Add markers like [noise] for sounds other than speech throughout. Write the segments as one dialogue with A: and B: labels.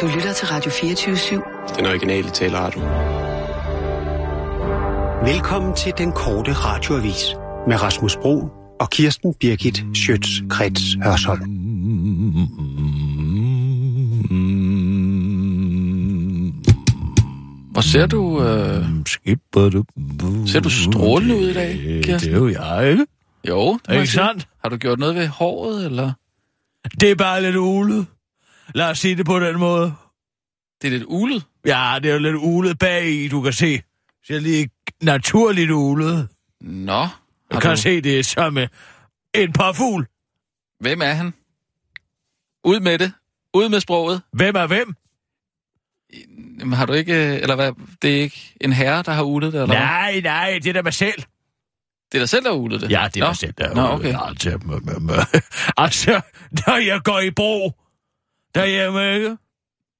A: Du lytter til Radio 24-7.
B: Den originale taleradio.
C: Velkommen til den korte radioavis med Rasmus Bro og Kirsten Birgit Schøtz-Krets Hørsholm.
D: Mm.
E: Og ser du... Øh,
D: Skipper du...
E: ser du strålende ud i dag,
D: Det
E: Kirsten?
D: er jo jeg, ikke?
E: Jo, det må jeg
D: Ikke
E: sige.
D: sandt?
E: Har du gjort noget ved håret, eller?
D: Det er bare lidt ulet. Lad os sige det på den måde.
E: Det er lidt ulet.
D: Ja, det er jo lidt ulet bagi, du kan se. Så jeg lige naturligt ulet.
E: Nå. Har
D: Du kan
E: du...
D: se det er som øh, en parfugl.
E: Hvem er han? Ud med det. Ud med sproget.
D: Hvem er hvem?
E: Jamen, har du ikke... øh, Eller hvad? Det er ikke en herre, der har ulet det, eller hvad?
D: Nej, nej, det er da mig selv.
E: Det er dig selv, der har ulet det?
D: Ja, det er
E: Nå.
D: mig selv, der
E: Nå,
D: er
E: okay.
D: altså, mø, mø, [laughs] mø. altså, når jeg går i bro, derhjemme, ikke?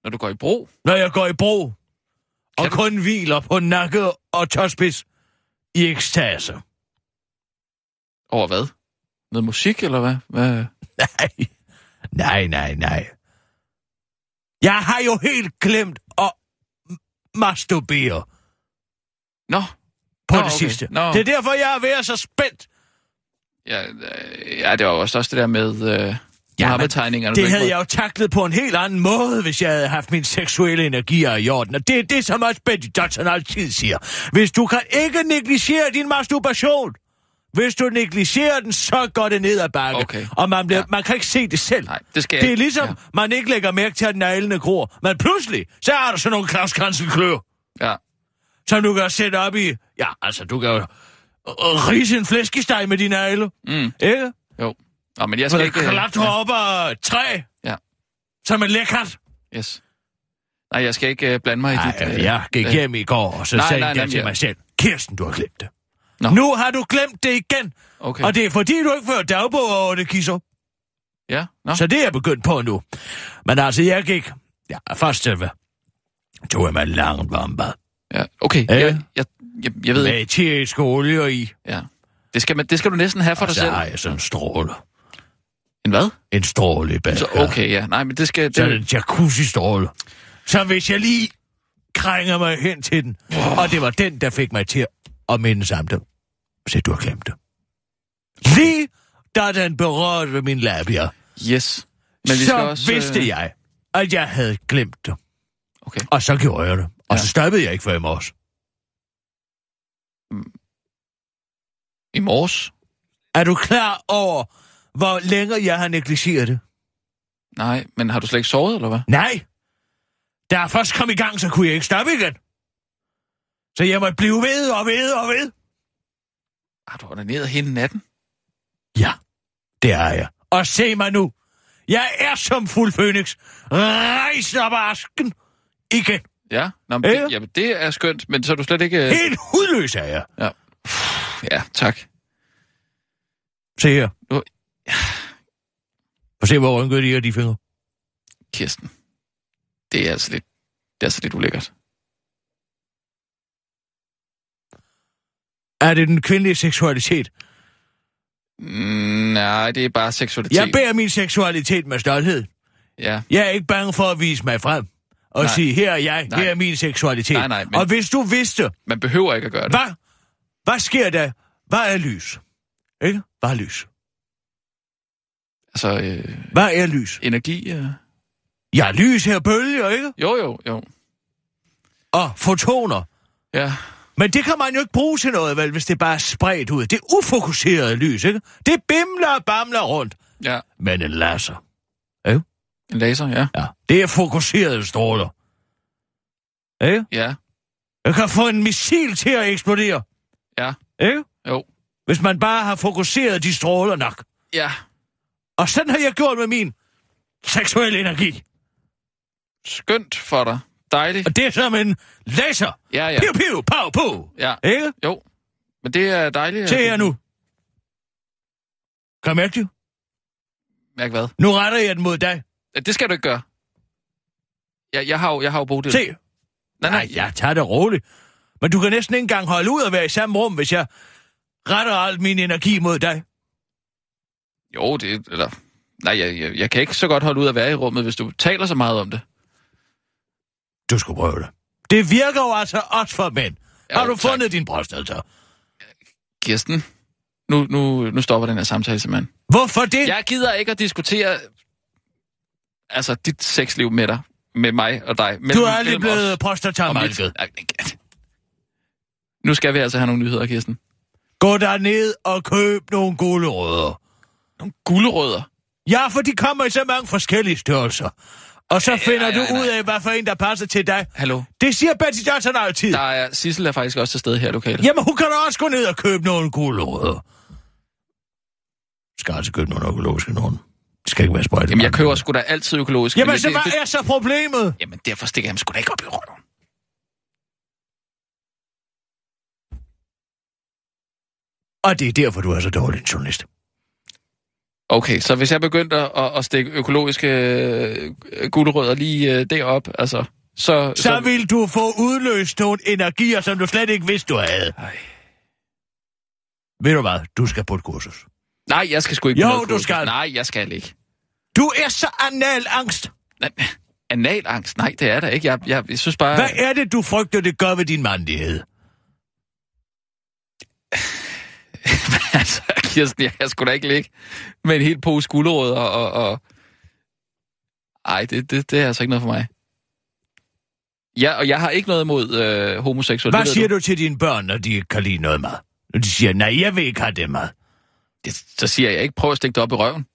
E: Når du går i bro.
D: Når jeg går i bro, og
E: Kan du-
D: kun hviler på nakke og tåspids i ekstase.
E: Over hvad? Noget musik, eller hvad? hvad?
D: Nej, nej, nej, nej. Jeg har jo helt glemt at m- masturbere
E: Nå.
D: på
E: Nå,
D: det
E: okay.
D: sidste.
E: Nå.
D: Det er derfor, jeg er ved at være så spændt.
E: Ja, øh, ja, det var jo også også det der med... Øh,
D: Ja,
E: ja,
D: men
E: med tegningerne.
D: Det havde jeg jo taklet på en helt anden måde, hvis jeg havde haft min seksuelle energier i orden. Og det er det, som også Betty Johnson altid siger. Hvis du kan ikke negligere din masturbation, hvis du negligerer den, så går det ned ad bakke.
E: Okay.
D: Og man, bliver, ja.
E: Ja.
D: man kan ikke se det selv.
E: Nej, det skal jeg
D: det er
E: ikke.
D: ligesom,
E: Ja.
D: man ikke lægger mærke til, at neglene gror. Men pludselig, så har du sådan nogle Klaus klør
E: Ja.
D: som du kan sætte op i. Ja, altså, du kan jo øh, rise en flæskesteg med dine negle.
E: Mm.
D: Ikke?
E: Jo. Nå, men jeg
D: Så
E: skal
D: det
E: ikke... øh,
D: klatre
E: ja.
D: op af et træ.
E: Ja.
D: Som en lækkert.
E: Yes. Nej, jeg skal ikke øh, blande mig i
D: Nej,
E: dit...
D: øh, jeg gik
E: øh,
D: hjem i går, og så nej,
E: nej,
D: sagde nej,
E: nej,
D: jeg
E: nej,
D: til
E: ja.
D: mig selv, Kirsten, du har glemt det. Nå.
E: Nå.
D: Nu har du glemt det igen,
E: Okay.
D: okay. og det er fordi, du ikke fører dagbog over det, Kisser.
E: Ja, nå.
D: Så det er jeg begyndt på nu. Men altså, jeg gik... Ja, først selve. Tog jeg mig en lang varmbad.
E: Ja, okay.
D: Øh.
E: Jeg, jeg, jeg, jeg ved ikke.
D: Med tjerisk olie i.
E: Ja. Det skal, man, det skal du næsten have for
D: Og
E: dig
D: så
E: selv.
D: har Altså, jeg sådan en stråle.
E: En hvad?
D: En stråle i
E: Så
D: badkar.
E: okay, ja. Nej, men det skal...
D: Så er det
E: Det,
D: en jacuzzi-stråle. Så hvis jeg lige krænger mig hen til den, og det var den, der fik mig til at mindes om det. Se, du har glemt det. Lige da den berørte ved min labia,
E: yes.
D: men
E: vi
D: så
E: skal også, øh,
D: vidste jeg, at jeg havde glemt det.
E: Okay.
D: Og så gjorde jeg det. Og
E: Ja.
D: så stoppede jeg ikke for i morges.
E: I morges?
D: Er du klar over, hvor længe jeg har negligeret det?
E: Nej, men har du slet ikke sovet, eller hvad?
D: Nej. Da jeg først kom i gang, så kunne jeg ikke stoppe igen. Så jeg måtte blive ved og ved og ved.
E: Har du ordineret hele natten?
D: Ja, det er jeg. Og se mig nu. Jeg er som fuld fønix. Rejs op af asken. Igen.
E: Ja. Nå, men
D: Ja.
E: det, jamen, det er skønt, men så er du slet ikke... øh,
D: Helt hudløs er jeg.
E: Ja, tak.
D: Se her.
E: Nu-
D: Og se, hvor rynket de er, de fingre.
E: Kirsten. Det er altså lidt, det er altså lidt ulækkert.
D: Er det den kvindelige seksualitet?
E: Mm, nej, det er bare seksualitet.
D: Jeg bærer min seksualitet med stolthed.
E: Ja,
D: Jeg er ikke bange for at vise mig frem. Og
E: Nej.
D: sige, her er jeg,
E: Nej.
D: her er min seksualitet.
E: Nej, nej, men-
D: Og hvis du vidste,
E: man behøver ikke at gøre det.
D: hvad, hvad sker der? Hvad er lys? Ikke? Hvad er lys?
E: Altså, øh,
D: Hvad er lys?
E: energi... Øh.
D: Ja, lys her bølger, ikke?
E: Jo, jo, jo.
D: Og fotoner.
E: Ja,
D: Men det kan man jo ikke bruge til noget, vel, hvis det bare er spredt ud. Det er ufokuseret lys, ikke? Det bimler og bamler rundt.
E: ja.
D: Men en laser,
E: En laser, ja.
D: ja, det er fokuserede stråler. Ikke?
E: Ja,
D: Jeg kan få en missil til at eksplodere.
E: Ja.
D: Ikke?
E: jo.
D: Hvis man bare har fokuseret de stråler nok.
E: Ja,
D: Og sådan har jeg gjort med min seksuelle energi.
E: skønt for dig. Dejligt.
D: Og det er som en laser.
E: Ja, ja,
D: Piu, piu, pow, pow.
E: ja.
D: Ikke?
E: Jo. Men det er dejligt.
D: Se
E: at-
D: her nu. Kan du mærke det?
E: Mærk hvad?
D: Nu retter jeg den mod dig.
E: Ja, Det skal du ikke gøre. Ja, jeg har jo, jeg har jo brugt det.
D: Se,
E: Nej, nej.
D: Nej, jeg tager det roligt. Men du kan næsten ikke engang holde ud at være i samme rum, hvis jeg retter al min energi mod dig.
E: Jo, det... Eller... Nej, jeg, jeg, jeg kan ikke så godt holde ud at være i rummet, hvis du taler så meget om det.
D: Du skulle prøve det. Det virker jo altså også for mænd.
E: Jo,
D: Har du
E: tak.
D: fundet din prostata?
E: Kirsten, nu, nu, nu stopper den her samtale simpelthen.
D: Hvorfor det?
E: Jeg gider ikke at diskutere altså, dit sexliv med dig, med mig og dig.
D: du
E: mellem-
D: er aldrig
E: mellem os
D: blevet
E: og mit-
D: prostatamalket.
E: Ej, det- Nu skal vi altså have nogle nyheder, Kirsten.
D: Gå derned og køb nogle gulerødder.
E: Nogle gulerødder.
D: Ja, for de kommer i så mange forskellige størrelser. Og så finder
E: ej,
D: du
E: ej,
D: ud af, hvad for en, der passer til dig.
E: Hallo?
D: Det siger Betty Johnson altid.
E: Der er, Sissel er faktisk også til stede her i lokalet.
D: Jamen, hun kan da også gå ned og købe nogle gulerødder. Skal altså købe nogle økologiske nogen. Det skal ikke være sprøjt.
E: Jamen, jeg køber sgu da altid økologisk.
D: Jamen,
E: men
D: så
E: det-
D: hvad
E: det-
D: er så problemet?
E: Jamen, derfor stikker jeg ham sgu da ikke op i røven.
D: Og det er derfor, du er så dårlig en journalist.
E: Okay, så hvis jeg begyndte at, at stikke økologiske øh, gulerødder lige øh, derop, altså, så...
D: Så vil du få udløst nogle energier, som du slet ikke vidste, du havde.
E: Ej.
D: Ved du hvad? Du skal på et kursus.
E: Nej, jeg skal sgu ikke...
D: Jo,
E: på noget
D: du
E: økologisk.
D: skal.
E: Nej, jeg skal ikke.
D: Du er så analangst.
E: Nej, Analangst? Nej, det er der ikke. Jeg, jeg, jeg synes bare...
D: Hvad er det, du frygter, det gør ved din mandighed?
E: [laughs] altså, Kirsten, jeg, jeg skulle da ikke ligge med en hel pose gulerødder og... og... Ej, det, det, det er altså ikke noget for mig. Ja, og jeg har ikke noget imod øh, homoseksuelle.
D: Hvad
E: det ved
D: siger du til dine børn, når de ikke kan lide noget mad? Når de siger, nej, jeg vil ikke have det mad.
E: Det, så siger jeg ikke, prøv at stikke det op i røven.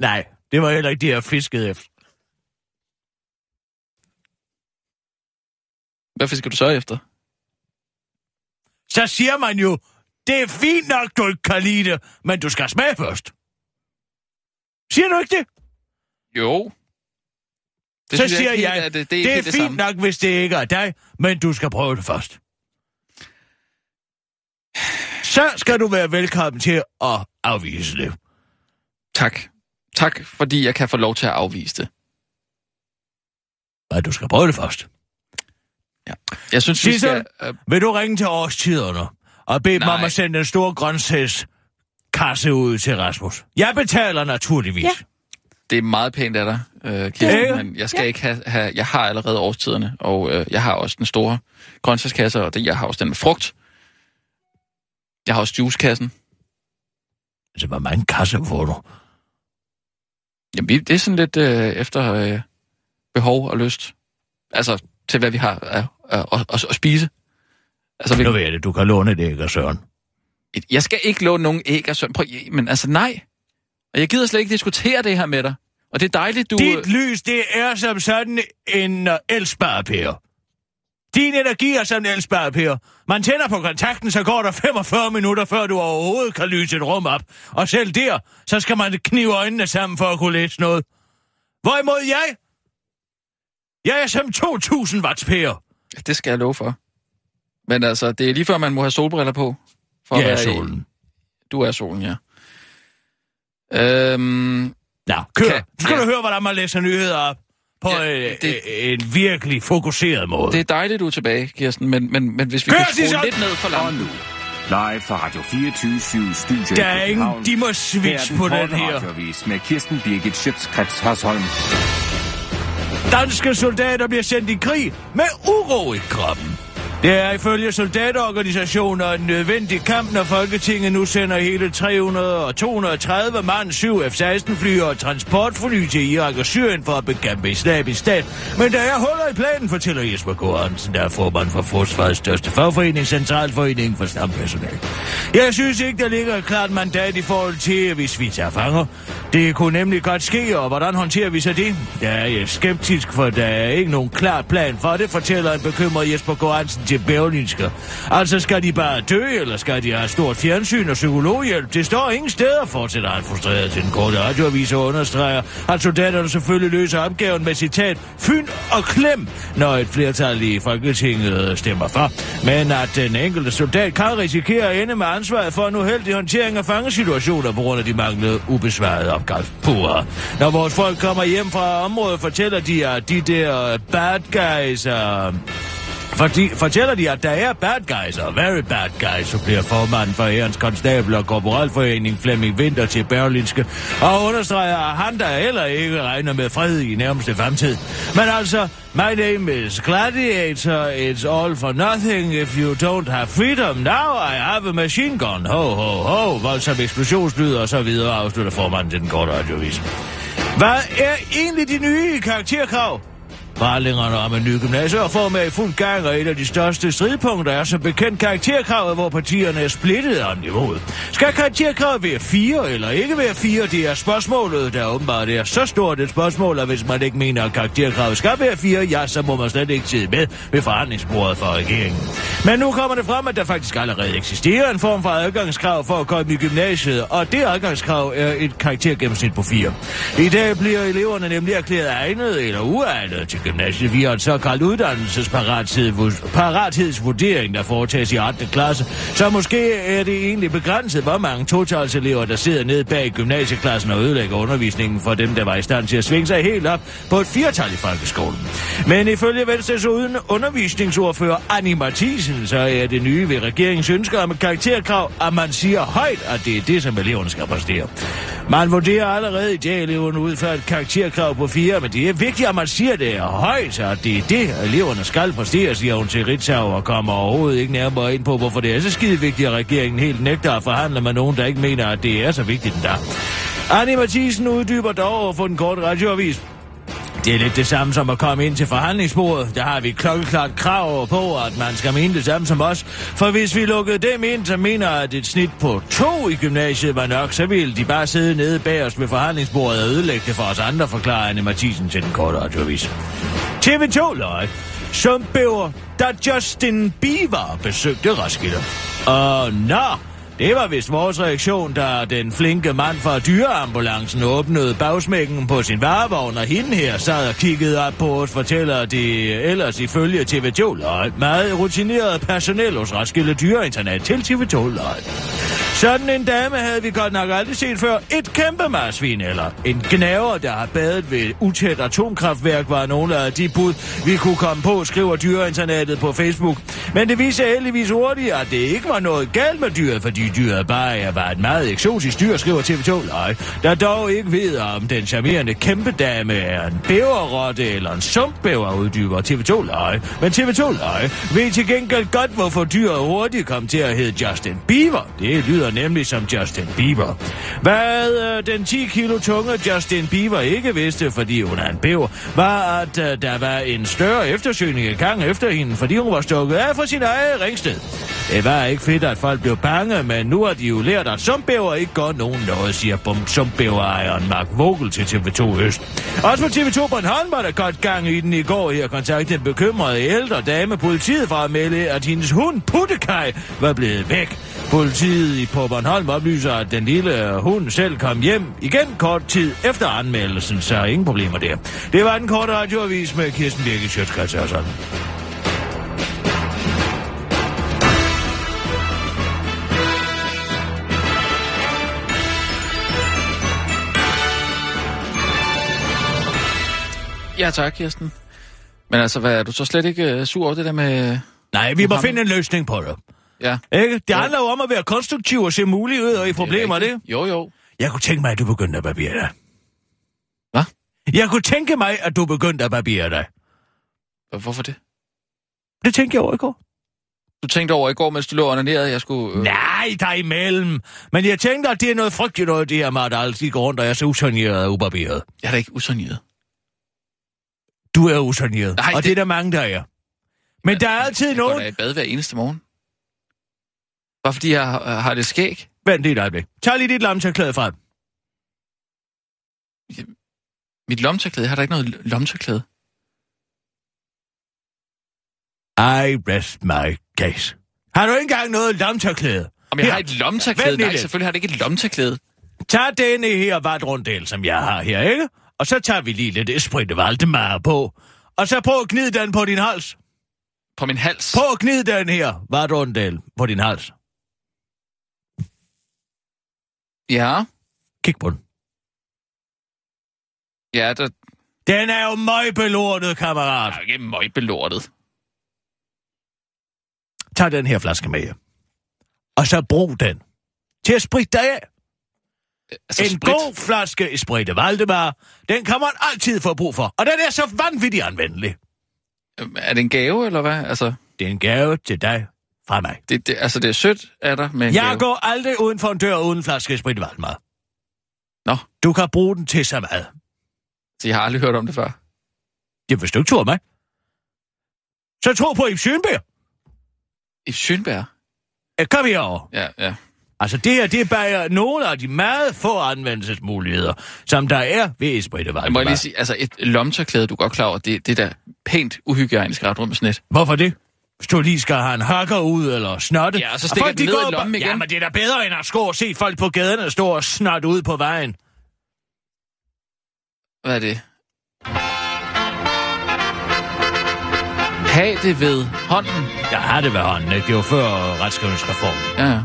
D: Nej, det var heller ikke det, jeg fiskede efter.
E: Hvad fisker du så efter?
D: Så siger man jo, det er fint nok, du ikke kan lide det, men du skal smage først. Siger du ikke det?
E: Jo. Det
D: så
E: synes
D: siger
E: ikke
D: jeg,
E: helt er det, det,
D: det
E: ikke
D: er
E: helt
D: fint
E: samme.
D: nok, hvis det ikke er dig, men du skal prøve det først. Så skal du være velkommen til at afvise det.
E: Tak. Tak, fordi jeg kan få lov til at afvise det.
D: Men du skal prøve det først.
E: Jeg synes, vi
D: Sissel?
E: skal... Øh,
D: Vil du ringe til årstiderne og bede dem om
E: Nej.
D: at sende en stor grøntsags kasse ud til Rasmus? Jeg betaler naturligvis.
B: Ja.
E: det er meget pænt af dig, øh, Kirsten,
D: Ja, ja.
E: men jeg skal ikke have, have... Jeg har allerede årstiderne, og øh, jeg har også den store grøntsagskasse, og det, jeg har også den med frugt. Jeg har også juicekassen.
D: Altså, hvor mange kasser får du?
E: Jamen, vi- det er sådan lidt øh, efter øh, behov og lyst. Altså, til hvad vi har at, at, at, at, at spise. Altså,
D: Nu
E: hvilken-
D: ved jeg det, du kan låne det, ikke, Søren?
E: Et- Jeg skal ikke låne nogen æg og sådan. Prøv, ja, men altså nej. Og jeg gider slet ikke diskutere det her med dig. Og det er dejligt, du... øh,
D: Dit lys, det er som sådan en uh, elsparepære. Din energi er som en elsparepære. Man tænder på kontakten, så går der 45 minutter, før du overhovedet kan lyse et rum op. Og selv der, så skal man knive øjnene sammen for at kunne læse noget. Hvorimod jeg? Jeg er som 2000 watts pære.
E: øh, Det skal jeg love for. Men altså, det er lige før, man må have solbriller på. For at
D: Jeg er
E: være i-
D: solen.
E: Du er solen, ja. Øhm,
D: Nå, kør.
E: Kan-
D: Nu skal
E: ja.
D: du høre, hvordan man læser nyheder op på
E: Ja,
D: øh,
E: det-
D: øh, en virkelig fokuseret måde.
E: det er dejligt, du er tilbage, Kirsten, men, men, men hvis vi
D: Kør,
E: kan skrue
D: Sissel!
E: lidt ned for
F: Og
E: landet...
F: nu, live fra Radio 24 Studio
D: Der er ingen, de må switche på den her.
F: Radiovis med Kirsten Birgit Schøtzgrads Hasholm.
D: Danske soldater bliver sendt i krig med uro i kroppen. Det er ifølge soldaterorganisationer en nødvendig kamp, når Folketinget nu sender hele 300 og 230 mand, 7 F-16-fly og transportfly til Irak og Syrien for at bekæmpe islamisk stat. Men der er huller i planen, fortæller Jesper K. Hansen, der er formand for Forsvarets største fagforening, Centralforeningen for Stampersonal. Jeg synes ikke, der ligger et klart mandat i forhold til, hvis vi tager fanger. Det kunne nemlig godt ske, og hvordan håndterer vi så det? Der er jeg skeptisk, for der er ikke nogen klar plan for det, fortæller en bekymret Jesper K. Hansen til Berlinske. Altså skal de bare dø, eller skal de have stort fjernsyn og psykologhjælp? Det står ingen steder, fortsætter han frustreret til den korte radioavis og understreger, at soldaterne selvfølgelig løser opgaven med citat, fynd og klem, når et flertal i Folketinget stemmer for. Men at den enkelte soldat kan risikere at ende med ansvaret for en uheldig håndtering af fangesituationer på grund af de manglede ubesvarede opgangspurer. Når vores folk kommer hjem fra området, fortæller de, at de der bad guys, uh, Fordi, fortæller de, at der er bad guys og very bad guys, så bliver formanden for Ærens Konstabel og Korporalforening Flemming Winter til Berlinske, og understreger, at han der heller ikke regner med fred i nærmeste fremtid. Men altså, my name is Gladiator, it's all for nothing if you don't have freedom. Now I have a machine gun, ho ho ho, voldsom eksplosionslyd og så videre, afslutter formanden til den korte radiovis. Hvad er egentlig de nye karakterkrav? Forhandlingerne om en ny gymnasiereform er i fuld gang, og et af de største stridpunkter er som bekendt karakterkravet, hvor partierne er splittet om niveauet. Skal karakterkravet være fire eller ikke være fire, det er spørgsmålet, der åbenbart er så stort et spørgsmål, at hvis man ikke mener, at karakterkravet skal være fire, ja, så må man slet ikke sidde med ved forhandlingsbordet for regeringen. Men nu kommer det frem, at der faktisk allerede eksisterer en form for adgangskrav for at komme i gymnasiet, og det adgangskrav er et karaktergennemsnit på fire. I dag bliver eleverne nemlig erklæret egnet eller uegnet til gymnasiet via en såkaldt uddannelsesparathed- parathedsvurdering, der foretages i 8. klasse. Så måske er det egentlig begrænset, hvor mange totalselever, der sidder nede bag i gymnasieklassen og ødelægger undervisningen for dem, der var i stand til at svinge sig helt op på et firtal i folkeskolen. Men ifølge Venstres uden undervisningsordfører Annie Mathisen, så er det nye ved regeringens ønsker om et karakterkrav, at man siger højt, at det er det, som eleverne skal præstere. Man vurderer allerede i dag eleverne ud fra et karakterkrav på fire, men det er vigtigt, at man siger det er højt, og det er det, eleverne skal præstere, siger hun til Ritzau, og kommer overhovedet ikke nærmere ind på, hvorfor det er så skide vigtigt, at regeringen helt nægter at forhandle med nogen, der ikke mener, at det er så vigtigt endda. Annie Mathisen uddyber dog over for den korte radioavis. Det er lidt det samme som at komme ind til forhandlingsbordet. Der har vi et klokkeklart krav på, at man skal mene det samme som os. For hvis vi lukkede dem ind, som mener, at et snit på to i gymnasiet var nok, så ville de bare sidde nede bag os ved forhandlingsbordet og ødelægge det for os andre, forklarer Anne Mathisen til den korte radioavis. TV2 løg. Som bæver, da Justin Bieber besøgte Roskilde. Og nå, det var vist vores reaktion, da den flinke mand fra dyreambulancen åbnede bagsmækken på sin varevogn, og hende her sad og kiggede op på os, fortæller de ellers ifølge TV2 Løg. Meget rutineret personel hos Roskilde Dyreinternat til TV2 Løg. Sådan en dame havde vi godt nok aldrig set før. Et kæmpe marsvin eller en gnaver, der har badet ved et utæt atomkraftværk, var nogle af de bud, vi kunne komme på, skriver dyreinternatet på Facebook. Men det viser heldigvis hurtigt, at det ikke var noget galt med dyret, fordi dyret bare var et meget eksotisk dyr, skriver TV2 Løg, der dog ikke ved, om den charmerende kæmpedame er en bæverrotte eller en sumpbæver, uddyber TV2 Løg. Men TV2 Løg ved til gengæld godt, hvorfor dyret hurtigt kom til at hedde Justin Bieber. Det lyder nemlig som Justin Bieber. Hvad øh, den 10 kilo tunge Justin Bieber ikke vidste, fordi hun er en bæver, var, at øh, der var en større eftersøgning i gang efter hende, fordi hun var stukket af fra sin egen ringsted. Det var ikke fedt, at folk blev bange, men nu har de jo lært, at sumbæver ikke gør nogen noget, siger bum sumbæverejeren Mark Vogel til TV2 Øst. Også på TV2 Bornholm var der godt gang i den i går her. Kontaktede en bekymret ældre dame politiet fra at melde, at hendes hund Puttekaj var blevet væk. Politiet i- på Bornholm oplyser, at den lille hund selv kom hjem igen kort tid efter anmeldelsen, så ingen problemer der. Det var den korte radioavis med Kirsten Birke Sjøtskrets og sådan.
E: Ja, tak, Kirsten. Men altså, hvad, er du så slet ikke øh, sur over det der med...
D: Nej, vi må
E: Mohammed.
D: finde en løsning på det.
E: Ja,
D: Ikke? Det
E: Jo.
D: handler jo om at være konstruktiv og se muligheder i problemer, det.
E: rigtigt. Jo, jo.
D: Jeg kunne tænke mig, at du begyndte at barbere dig.
E: Hvad?
D: Jeg kunne tænke mig, at du begyndte at barbere dig.
E: Hvor- Hvorfor det?
D: Det tænkte jeg over i går.
E: Du tænkte over i går, mens du lå og onanerede, at jeg skulle... Øh,
D: Nej, der er imellem. Men jeg tænker, at det er noget frygteligt noget, det her med, at alle de går rundt, og jeg er så usoneret og ubarberet.
E: jeg er da ikke usoneret.
D: Du er usoneret,
E: Nej,
D: og det...
E: det-
D: det er der mange, der er. Men der er altid
E: Jeg går da
D: nogen...
E: i bad hver eneste morgen. Bare fordi jeg har, har det skæg.
D: Vent lige et øjeblik. Tag lige dit lamtørklæde frem.
E: Mit lomtørklæde, jeg har da ikke noget l- lomtørklæde.
D: I rest my case. Har du ikke engang noget lamtørklæde?
E: Om jeg
D: Her.
E: har et
D: Vent
E: lomtørklæde?
D: lige
E: Nej,
D: lidt.
E: selvfølgelig har det ikke et lomtørklæde.
D: Tag denne her vatrunddel, som jeg har her, ikke? Og så tager vi lige lidt Esprit Valdemar på. Og så prøv at gnide den på din hals.
E: På min hals.
D: Prøv at gnide den her vatrunddel på din hals.
E: Ja,
D: Kig på den.
E: ja, der,
D: Den er jo møgbelortet,
E: der
D: kammerat.
E: er jo ikke møgbelortet.
D: Tag den her flaske med hjem. Og så brug den til at spritte dig af.
E: Altså,
D: En
E: sprit.
D: god flaske Sprite Valdemar, den kan man altid få brug for, og den er så vanvittigt anvendelig.
E: Øh, Er det en gave, eller hvad? Altså,
D: Det er en gave til dig fra mig.
E: det, det, altså, det er sødt af dig med en
D: Jeg
E: gave.
D: går aldrig uden for en dør uden flaske Sprite Valdemar.
E: Nå.
D: Du kan bruge den til så meget.
E: Så jeg har aldrig hørt om det før.
D: Det hvis du ikke tror mig. Så tro på Ip Schønberg.
E: I Schønberg?
D: Øh, Kom herover.
E: Ja, ja.
D: Altså det her, det er bare nogle af de meget få anvendelsesmuligheder, som der er ved Sprite
E: Jeg må jeg
D: Valdemar.
E: lige sige, altså et lomtørklæde, du er godt klar over, det, det er da pænt uhygiejnisk ret rundt med snet.
D: Hvorfor det? Hvis du lige skal have en hakker ud eller snotte.
E: Ja, og så stikker
D: folk,
E: den ned i
D: går
E: lommen
D: bare-
E: igen.
D: Ja, men det er da bedre end at sko og se folk på gaden og stå og snotte ud på vejen.
E: Hvad er det? Ha' det ved hånden.
D: Jeg har det ved hånden, ikke? Det var før retskrivningsreformen.
E: Ja, ja.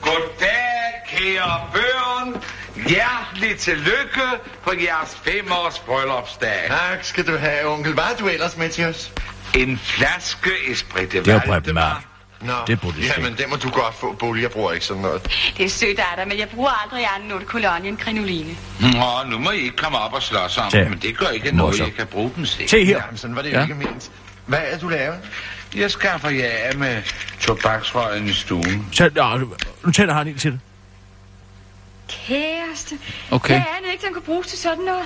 B: Goddag, kære børn. Hjertelig tillykke på jeres femårs bryllupsdag.
G: Tak skal du have, onkel. Hvad har du ellers med til os?
B: En flaske Esprit de
D: Det var Preben Mørk.
G: Nå,
D: Det burde du
G: jamen, det må du godt få, Bolig. Jeg bruger ikke sådan noget.
H: Det er sødt af dig, men jeg bruger aldrig anden note kolonie end krinoline.
B: Nå, nu må I ikke komme op og slås om,
D: Ja.
B: men det gør ikke noget,
D: Morsomt.
B: jeg kan bruge den selv.
D: Se her.
G: Jamen, sådan var det jo
E: Ja.
G: ikke ment. Hvad er du lavet?
B: Jeg skaffer jer af med tobaksrøgen i stuen.
D: Så, nå, nu tænder han ind til det.
H: Kæreste.
E: Okay.
H: Hvad er det ikke, den kunne bruges til sådan noget?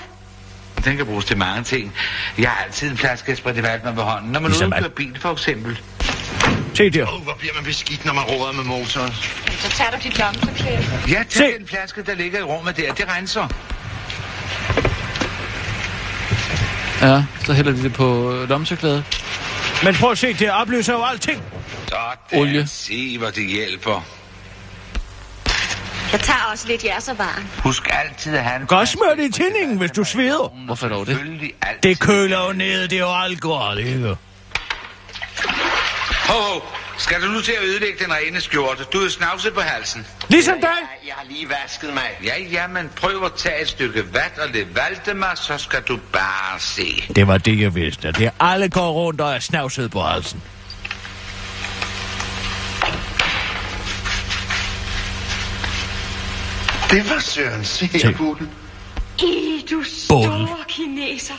B: Den kan bruges til mange ting. Jeg har altid en flaske Esprit de Valdemar ved hånden, når man
D: Ligesom
B: udkører
D: alt.
B: bil for eksempel.
D: Se der.
G: Åh, oh, hvor bliver man beskidt, når man råder med motoren?
H: Jamen, Så tager du dit lommetørklæde.
B: Ja, tag
D: Se.
B: den flaske, der ligger i rummet der. Det renser.
E: ja så hælder de det på øh, lomtørklædet.
D: Men prøv at se, det opløser jo alting.
B: Sådan.
E: Olie.
B: Se, hvor det hjælper.
H: Jeg tager også lidt jeres og varm.
B: Husk altid at have en...
D: Godt smør det i tændingen, hvis du sveder.
E: Hvorfor dog det?
B: Selvfølgelig altid.
D: Det køler jo ned, det er jo alkohol, ikke?
B: Ho, ho. Skal du nu til at ødelægge den rene skjorte? Du er snavset på halsen.
D: Ligesom dig.
G: Jeg har lige vasket mig.
B: Ja, ja, men prøv at tage et stykke vat og lidt Valdemar, så skal du bare se.
D: Det var det, jeg vidste. Det er alle går rundt og er snavset på halsen.
G: Det var Søren. Se her, Bolig.
H: I, du store kineser.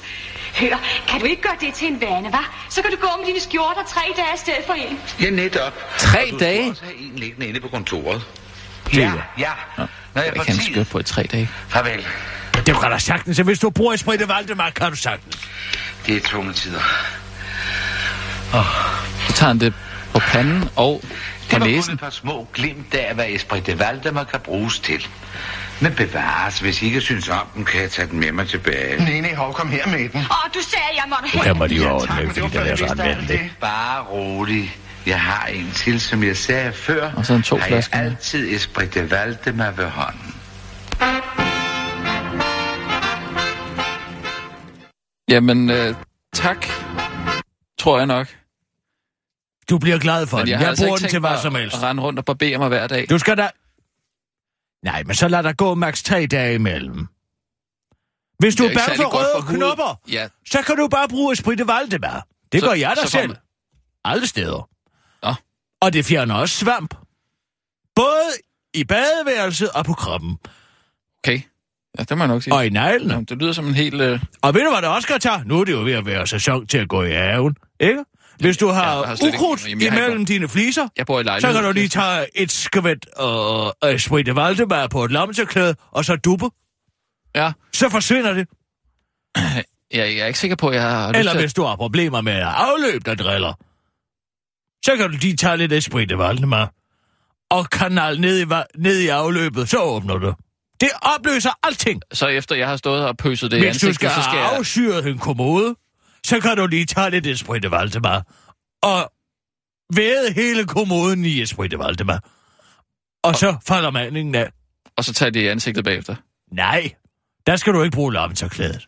H: Hør, kan du ikke gøre det til en vane, hva? Så kan du gå med dine skjorter tre dage i stedet for en.
B: Ja, netop.
E: Tre
B: Og du
E: dage?
B: Du også have en liggende inde på kontoret.
D: Det
B: Ja,
D: er-
B: ja. Når jeg
E: Jeg
B: får
E: kan
B: tid.
E: skøre på i tre dage.
B: Farvel.
D: Det kan da sagtens, at hvis du bruger Esprit de Valdemar, kan du sagtens.
B: Det er tunge tider.
E: Så tager han det på panden og på
B: Det var kun
E: næsen.
B: et par små glimt af, hvad Esprit de Valdemar kan bruges til. Men bevares, hvis I ikke synes om den, kan jeg tage den med mig tilbage.
G: Nej, nej, hov, kom her med den.
H: Og du sagde, jeg måtte
D: Nu
H: have.
D: kan man lige over den,
G: men
D: ikke, fordi
G: var
D: den
G: før,
D: er
G: jeg
D: så
G: vidste alt
D: anvendelig.
G: det.
B: Bare rolig. Jeg har en til, som jeg sagde før.
E: Og så en to
B: har jeg
E: flasker med.
B: altid Esprit de Valdemar ved hånden.
E: Jamen, øh, tak. Tror jeg nok.
D: Du bliver glad for den. Jeg, jeg
E: altså
D: bruger
E: ikke
D: den til
E: tænkt mig
D: hvad som helst.
E: at rende rundt og barbere mig hver dag.
D: Du skal da... Nej, men så lad der gå maks tre dage imellem. Hvis du er,
E: Det er ikke
D: bange for
E: særlig godt
D: røde
E: for huden.
D: knopper,
E: Ja.
D: så kan du bare bruge Esprit de Valdemar. Det
E: Så-
D: gør jeg da
E: så får
D: selv.
E: man-
D: Alle steder.
E: Nå.
D: Og det fjerner også svamp. Både i badeværelset og på kroppen.
E: Okay. Ja, det må jeg nok sige.
D: Og i neglene.
E: Nå, det lyder som en helt... Øh,
D: Og ved du, hvad der også kan tage? Nu er det jo ved at være sæson til at gå i haven, ikke? Hvis du har,
E: jeg har slet ikke-
D: ukrudt
E: Jamen, jeg har
D: imellem dine fliser,
E: jeg bor i
D: så
E: lejlighed.
D: kan du lige tage et skvæt og øh, spritte Valdemar på et lommetørklæde, og så duppe.
E: Ja.
D: Så forsvinder det.
E: Jeg, jeg er ikke sikker på, at jeg har lyst
D: Eller
E: til at-
D: hvis du har problemer med afløb, der driller, så kan du lige tage lidt Esprit de Valdemar og kanal ned i, va- ned i afløbet, så åbner du. Det opløser alting.
E: Så efter jeg har stået og pøset det i
D: Hvis du
E: ansigtet,
D: skal
E: så skal
D: have
E: jeg...
D: afsyret en kommode, så kan du lige tage lidt Esprit de Valdemar og væde hele kommoden i Esprit de Valdemar. Og så falder mandningen af.
E: Og så tage det i ansigtet bagefter.
D: Nej, der skal du ikke bruge lommetørklædet.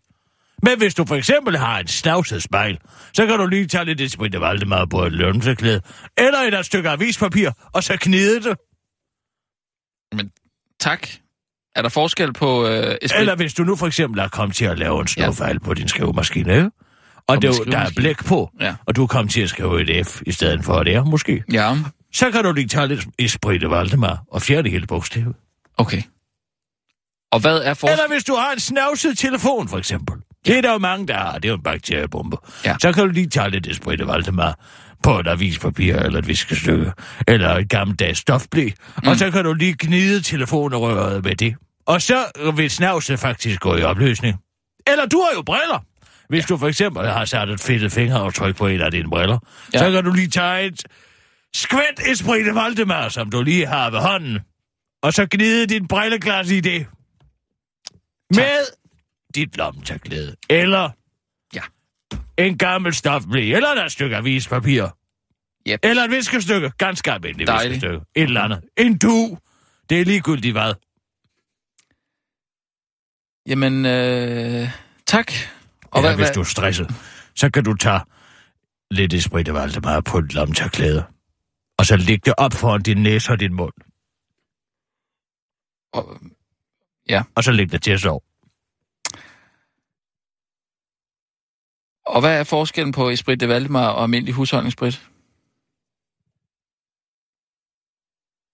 D: Men hvis du for eksempel har en snavset spejl, så kan du lige tage lidt Esprit de Valdemar på et lommetørklæde, eller et, et stykke avispapir, og så knide det.
E: Men tak. Er der forskel på... Øh, Esprit-
D: Eller hvis du nu for eksempel er kommet til at lave en snowfejl ja. på din skrivemaskine, ikke? Og det, er
E: man
D: jo-
E: skriver
D: der er
E: måske.
D: blæk på,
E: Ja.
D: og du kom til at skrive et F i stedet for et R, måske.
E: Ja,
D: Så kan du lige tage lidt Esprit Valdemar og fjerne hele bogstavet.
E: okay. Og hvad er
D: Eller
E: forskellen?
D: hvis du har en snavset telefon, for eksempel. Det er der jo mange, der har. Det er jo en bakteriebombe.
E: Ja.
D: Så kan du lige tage lidt Esprit Valdemar på et avispapir eller et viskestykke, eller et gammeldags stofblæ, mm. og så kan du lige gnide telefonrøret med det. Og så vil snavset faktisk gå i opløsning. Eller du har jo briller. Hvis ja. du for eksempel har sat et fedtet fingeraftryk på en af dine briller, ja.
E: Ja.
D: så kan du lige tage et skvæt Esprit Valdemar, som du lige har ved hånden, og så gnide din brilleglas i det. Med dit lommetørklæde. Eller
E: Ja.
D: en gammel stofblæ. Eller et stykke avispapir.
E: Yep.
D: Eller et viskestykke. Ganske almindeligt
E: Dejligt.
D: viskestykke. Et eller andet. En du. Det er ligegyldigt hvad.
E: Jamen, øh, tak.
D: Og eller hvad, hvis du er stresset, så kan du tage lidt esprit af Valdemar på et lommetørklæde. Og så lægge det op foran din næse og din mund.
E: og,
D: Og så lægge det til at sove.
E: og hvad er forskellen på Esprit de Valdemar og almindelig husholdningssprit?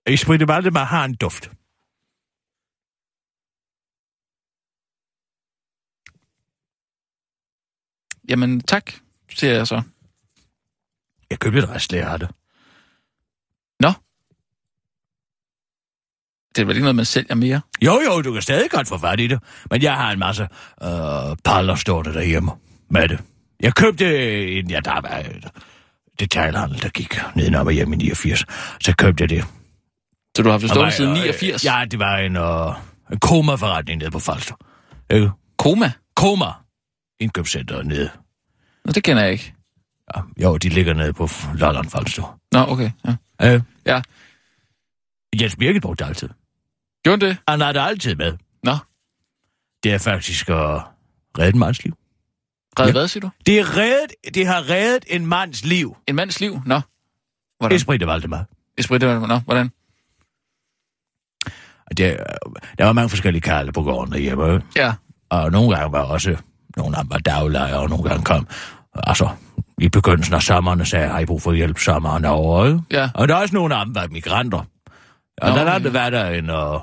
D: Esprit af Valdemar har en duft.
E: Jamen, tak, siger jeg så.
D: Jeg købte et restlæger af det.
E: Det er vel ikke noget, man sælger mere?
D: Jo, jo, du kan stadig godt få fat i det. Men jeg har en masse øh, paller stående derhjemme med det. Jeg købte en... Ja, der var et detaljhandel, der gik nedenom og hjem i 89. Så købte jeg det.
E: Så du har haft det
D: Og var-
E: stående siden
D: og, øh,
E: 89?
D: Ja, det var en, øh, en koma-forretning nede på Falster. Ikke?
E: Koma?
D: Koma. Indkøbscenter nede.
E: Nå, det kender jeg ikke.
D: Ja, jo, de ligger nede på Lolland Falster.
E: Nå, okay. Ja.
D: Øh.
E: Ja.
D: Jens Birgit brugte det altid.
E: Gjorde den det?
D: Han har det altid med.
E: Nå,
D: Det er faktisk at redde en mands liv.
E: red
D: Ja.
E: hvad, siger du?
D: Det, er reddet, det har reddet en mands liv.
E: En mands liv? Nå.
D: Hvordan?
E: Hvordan?
D: Esprit de Valdemar.
E: Esprit de Valdemar. Nå, hvordan?
D: Og Det, øh, der var mange forskellige karle på gården derhjemme. ikke?
E: Ja.
D: Og nogle gange var også... Nogle af dem var daglejere, og nogle gange kom... Altså, i begyndelsen af sommeren og sagde, har I brug for hjælp sommeren er over? ikke?
E: Ja.
D: Og der er også nogle af dem, der var migranter. Og
E: Nå,
D: der, der,
E: okay.
D: der var der en... Øh,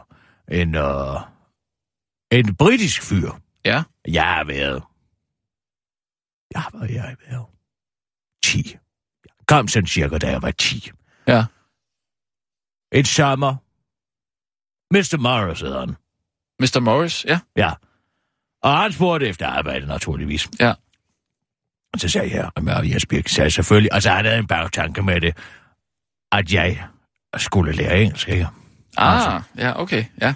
D: en, øh, en britisk fyr.
E: Ja.
D: Jeg har været... Jeg har været... Jeg har været... 10. Jeg kom sådan cirka, da jeg var 10.
E: Ja.
D: En sommer. Mr. Morris hedder han.
E: Mr. Morris? Ja.
D: Ja. Og han spurgte efter arbejde, naturligvis.
E: Ja.
D: Og så sagde jeg, og Jes Birk sagde selvfølgelig, og så han havde en bagtanke med det, at jeg skulle lære engelsk, ikke?
E: Ah, ja, okay. Ja.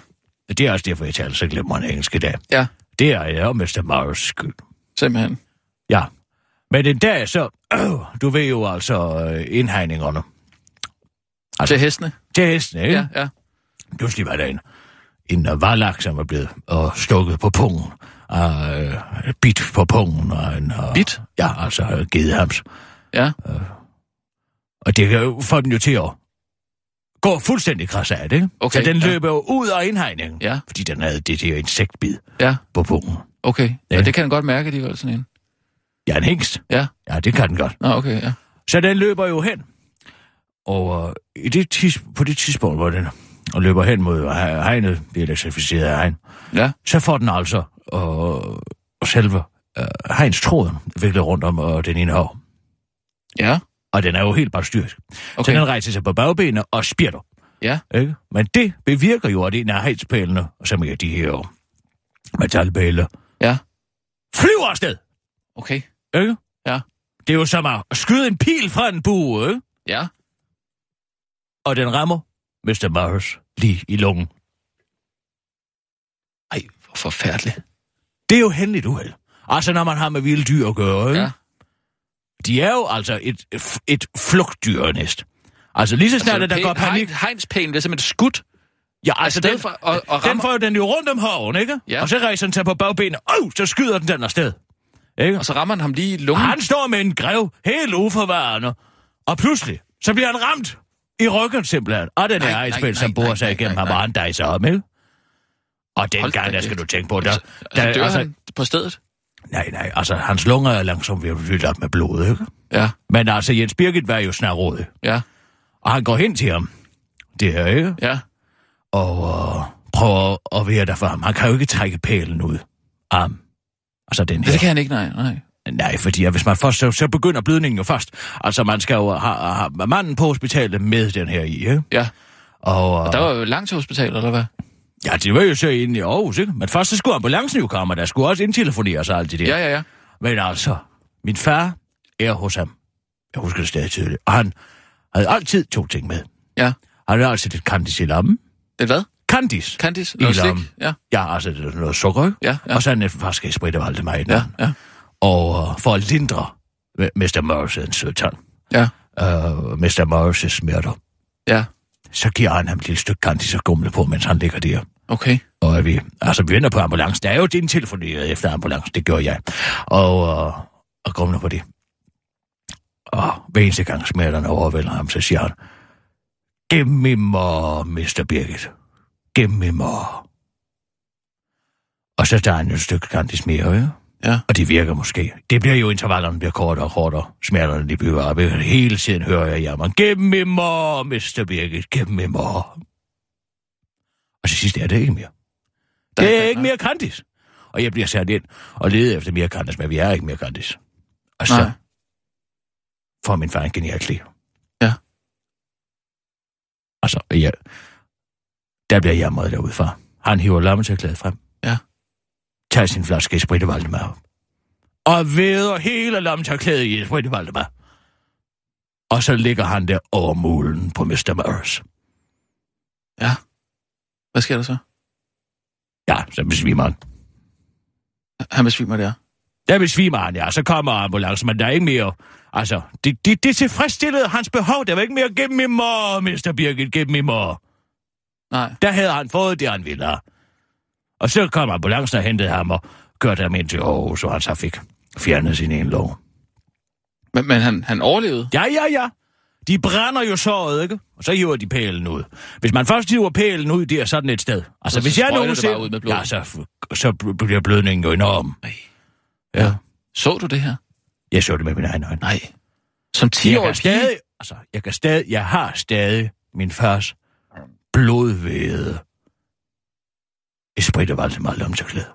D: Det er også derfor, jeg taler så glemrende engelsk i dag.
E: Ja.
D: Det er jeg og Mr. Morris skyld.
E: Simpelthen.
D: Ja. Men en dag så, [clears throat] øh, du ved jo altså øh, indhegningerne Altså-
E: Altså, til hestene?
D: til hesten, ikke?
E: Ja, ja.
D: Pludselig var der en, en øh, varlak, som var blevet og stukket på pungen. Og, øh, bit på pungen. Og en, øh,
E: Bit?
D: Ja, altså øh, gedehams.
E: Ja.
D: Og det kan jo- får den jo til at gå fuldstændig kras af det, ikke?
E: Okay,
D: Så den
E: ja.
D: løber jo ud af indhegningen.
E: Ja.
D: Fordi den havde det der insektbid
E: Ja,
D: på pungen.
E: okay. Ja.
D: Ja.
E: Og det kan han godt mærke alligevel, sådan en.
D: Ja, en hængst.
E: Ja.
D: Ja, det kan den godt.
E: Nå, okay, ja.
D: Så den løber jo hen. Og øh, i det tids, på det tidspunkt, hvor den løber hen mod he- hegnet, det elektrificerede hegn,
E: Ja,
D: så får den altså øh, selve øh, hegnstråden viklet rundt om øh, den ene hår.
E: ja,
D: Og den er jo helt bastyrisk. Okay.
E: Okay.
D: Så den rejser sig på bagbenene og spjætter.
E: ja.
D: Ikke? Men det bevirker jo, at en af hegnspælene, som er de her metalpæle,
E: Ja,
D: flyver afsted.
E: okay.
D: Ikke?
E: Ja.
D: Det er jo som at skyde en pil fra en bue, ikke?
E: Ja,
D: og den rammer Mr. Morris lige i lungen.
E: ej, hvor forfærdeligt.
D: Det er jo hændeligt uheld. Altså, når man har med vilde dyr at gøre, ikke?
E: Ja. Altså,
D: De er jo altså et, et flugtdyr næsten. Altså, lige så snart, altså, der går panik...
E: Hegnspælen bliver simpelthen skudt.
D: Ja, altså,
E: afsted
D: den,
E: for- og- og
D: den
E: rammer-
D: får jo den jo rundt om hoven, ikke?
E: Ja.
D: Og så rejser den sig på bagbenene. Åh, så skyder den den afsted. Ikke?
E: Og så rammer han ham lige i lungen.
D: Han står med en grev, helt uforvarende. Og pludselig, så bliver han ramt i ryggen simpelthen. Og den
E: Nej,
D: her
E: nej,
D: ejspil,
E: nej,
D: som borer
E: nej,
D: sig
E: nej,
D: igennem
E: nej,
D: ham, og
E: nej.
D: han dejser om, ikke? Og
E: Hold da
D: dengang, der skal
E: kæft.
D: du tænke på, der,
E: Altså,
D: der,
E: dør han på stedet?
D: nej, nej. Altså, hans lunger er langsomt ved at blive fyldt op med blod, ikke?
E: Ja,
D: Men altså, Jens Birgit var jo snarrådig.
E: ja,
D: Og han går hen til ham. Det her, ikke?
E: ja.
D: Og øh, prøver at være der for ham. Han kan jo ikke trække pælen ud. Arm. Altså den her.
E: Det kan han ikke, nej, nej.
D: Nej, fordi at hvis man først, så, så begynder blødningen jo først. Altså, man skal jo have, have manden på hospitalet med den her i, ikke?
E: Ja,
D: Og, øh,
E: der var jo langt til hospitalet, eller hvad?
D: ja, det var jo så inde i Aarhus, ikke? Men først så skulle ambulancen jo komme, og der skulle også indtelefoneres og alt det der.
E: Ja, ja, ja.
D: Men altså, min far er hos ham. Jeg husker det stadig tydeligt. Og han havde altid to ting med.
E: Ja.
D: Han havde altid et kandis i lammen.
E: Et hvad?
D: Kandis?
E: Candice?
D: I
E: Noget slik?
D: lommen.
E: Ja,
D: Ja, altså det er noget sukker, ikke?
E: ja, ja.
D: Og så er den faktisk i sprit og alt det meget.
E: Ja, ja.
D: Og øh, for at lindre øh, Mr. Morrisons søtand,
E: Ja,
D: øh, Mr. Morris' smerter,
E: ja.
D: så giver han ham et lille stykke kandis og gumle på, mens han ligger der.
E: Okay.
D: Og vi, altså, vi venter på ambulancen. Der er jo din telefoneret efter ambulancen, det gjorde jeg. Og, øh, og grumler på det. Og hver eneste gang smerterne overvælder ham, så siger han, Gem mig mor, Mr. Birgit. Gem mig mor. Og så tager han jo et stykke kandis mere, ikke?
E: Ja.
D: Og det virker måske. Det bliver jo intervallerne bliver kortere og kortere. Smerterne de bygger op. ikke? Hele tiden hører jeg jammer. Gem mig mor, Mr. Birgit. Gem mig mor. Og til sidst er det ikke mere.
E: Der
D: det er
E: der-
D: ikke mere Kandis. Og jeg bliver sat ind og leder efter mere Kandis, men vi er ikke mere Kandis. Og så
E: Nej.
D: får min far en genial kli.
E: Ja.
D: Altså, jeg, der bliver jeg meget derude fra. Han hiver lommetørklædet frem.
E: Ja.
D: Tager sin flaske i Spritte Valdemar. op. Og væder hele lommetørklædet i Spritte Valdemar. Og så ligger han der over mulen på Mr. Morris.
E: Ja. Hvad sker der så?
D: Ja, så besvimer han.
E: Han besvimer der.
D: Der besvimer han, ja. Så kommer ambulancen, men der er ikke mere... Altså, det, det, det tilfredsstillede hans behov. Der var ikke mere, give me more, Mr. Birgit, give me more.
E: Nej.
D: Der havde han fået det, han ville have. Og så kom ambulancen og hentede ham og kørte ham ind til Aarhus, så han så fik fjernet sin ene lov.
E: Men, men han, han overlevede?
D: Ja, ja, ja. De brænder jo såret, ikke? Og så hiver de pælen ud. Hvis man først hiver pælen ud, det er sådan et sted. Altså,
E: Så-
D: hvis
E: så
D: jeg
E: sprøjter det
D: nogensinde...
E: bare ud med blod.
D: ja, så, f- så bl- bliver blødningen jo enorm. Ja.
E: Så du det her?
D: Jeg så det med mine egne øjne.
E: Nej. Som
D: jeg
E: 10-årig
D: kan
E: pige?
D: stadig, altså, jeg kan stadig, jeg har stadig min fars blodvæde. Jeg spritter Valdemar lomtørklæde.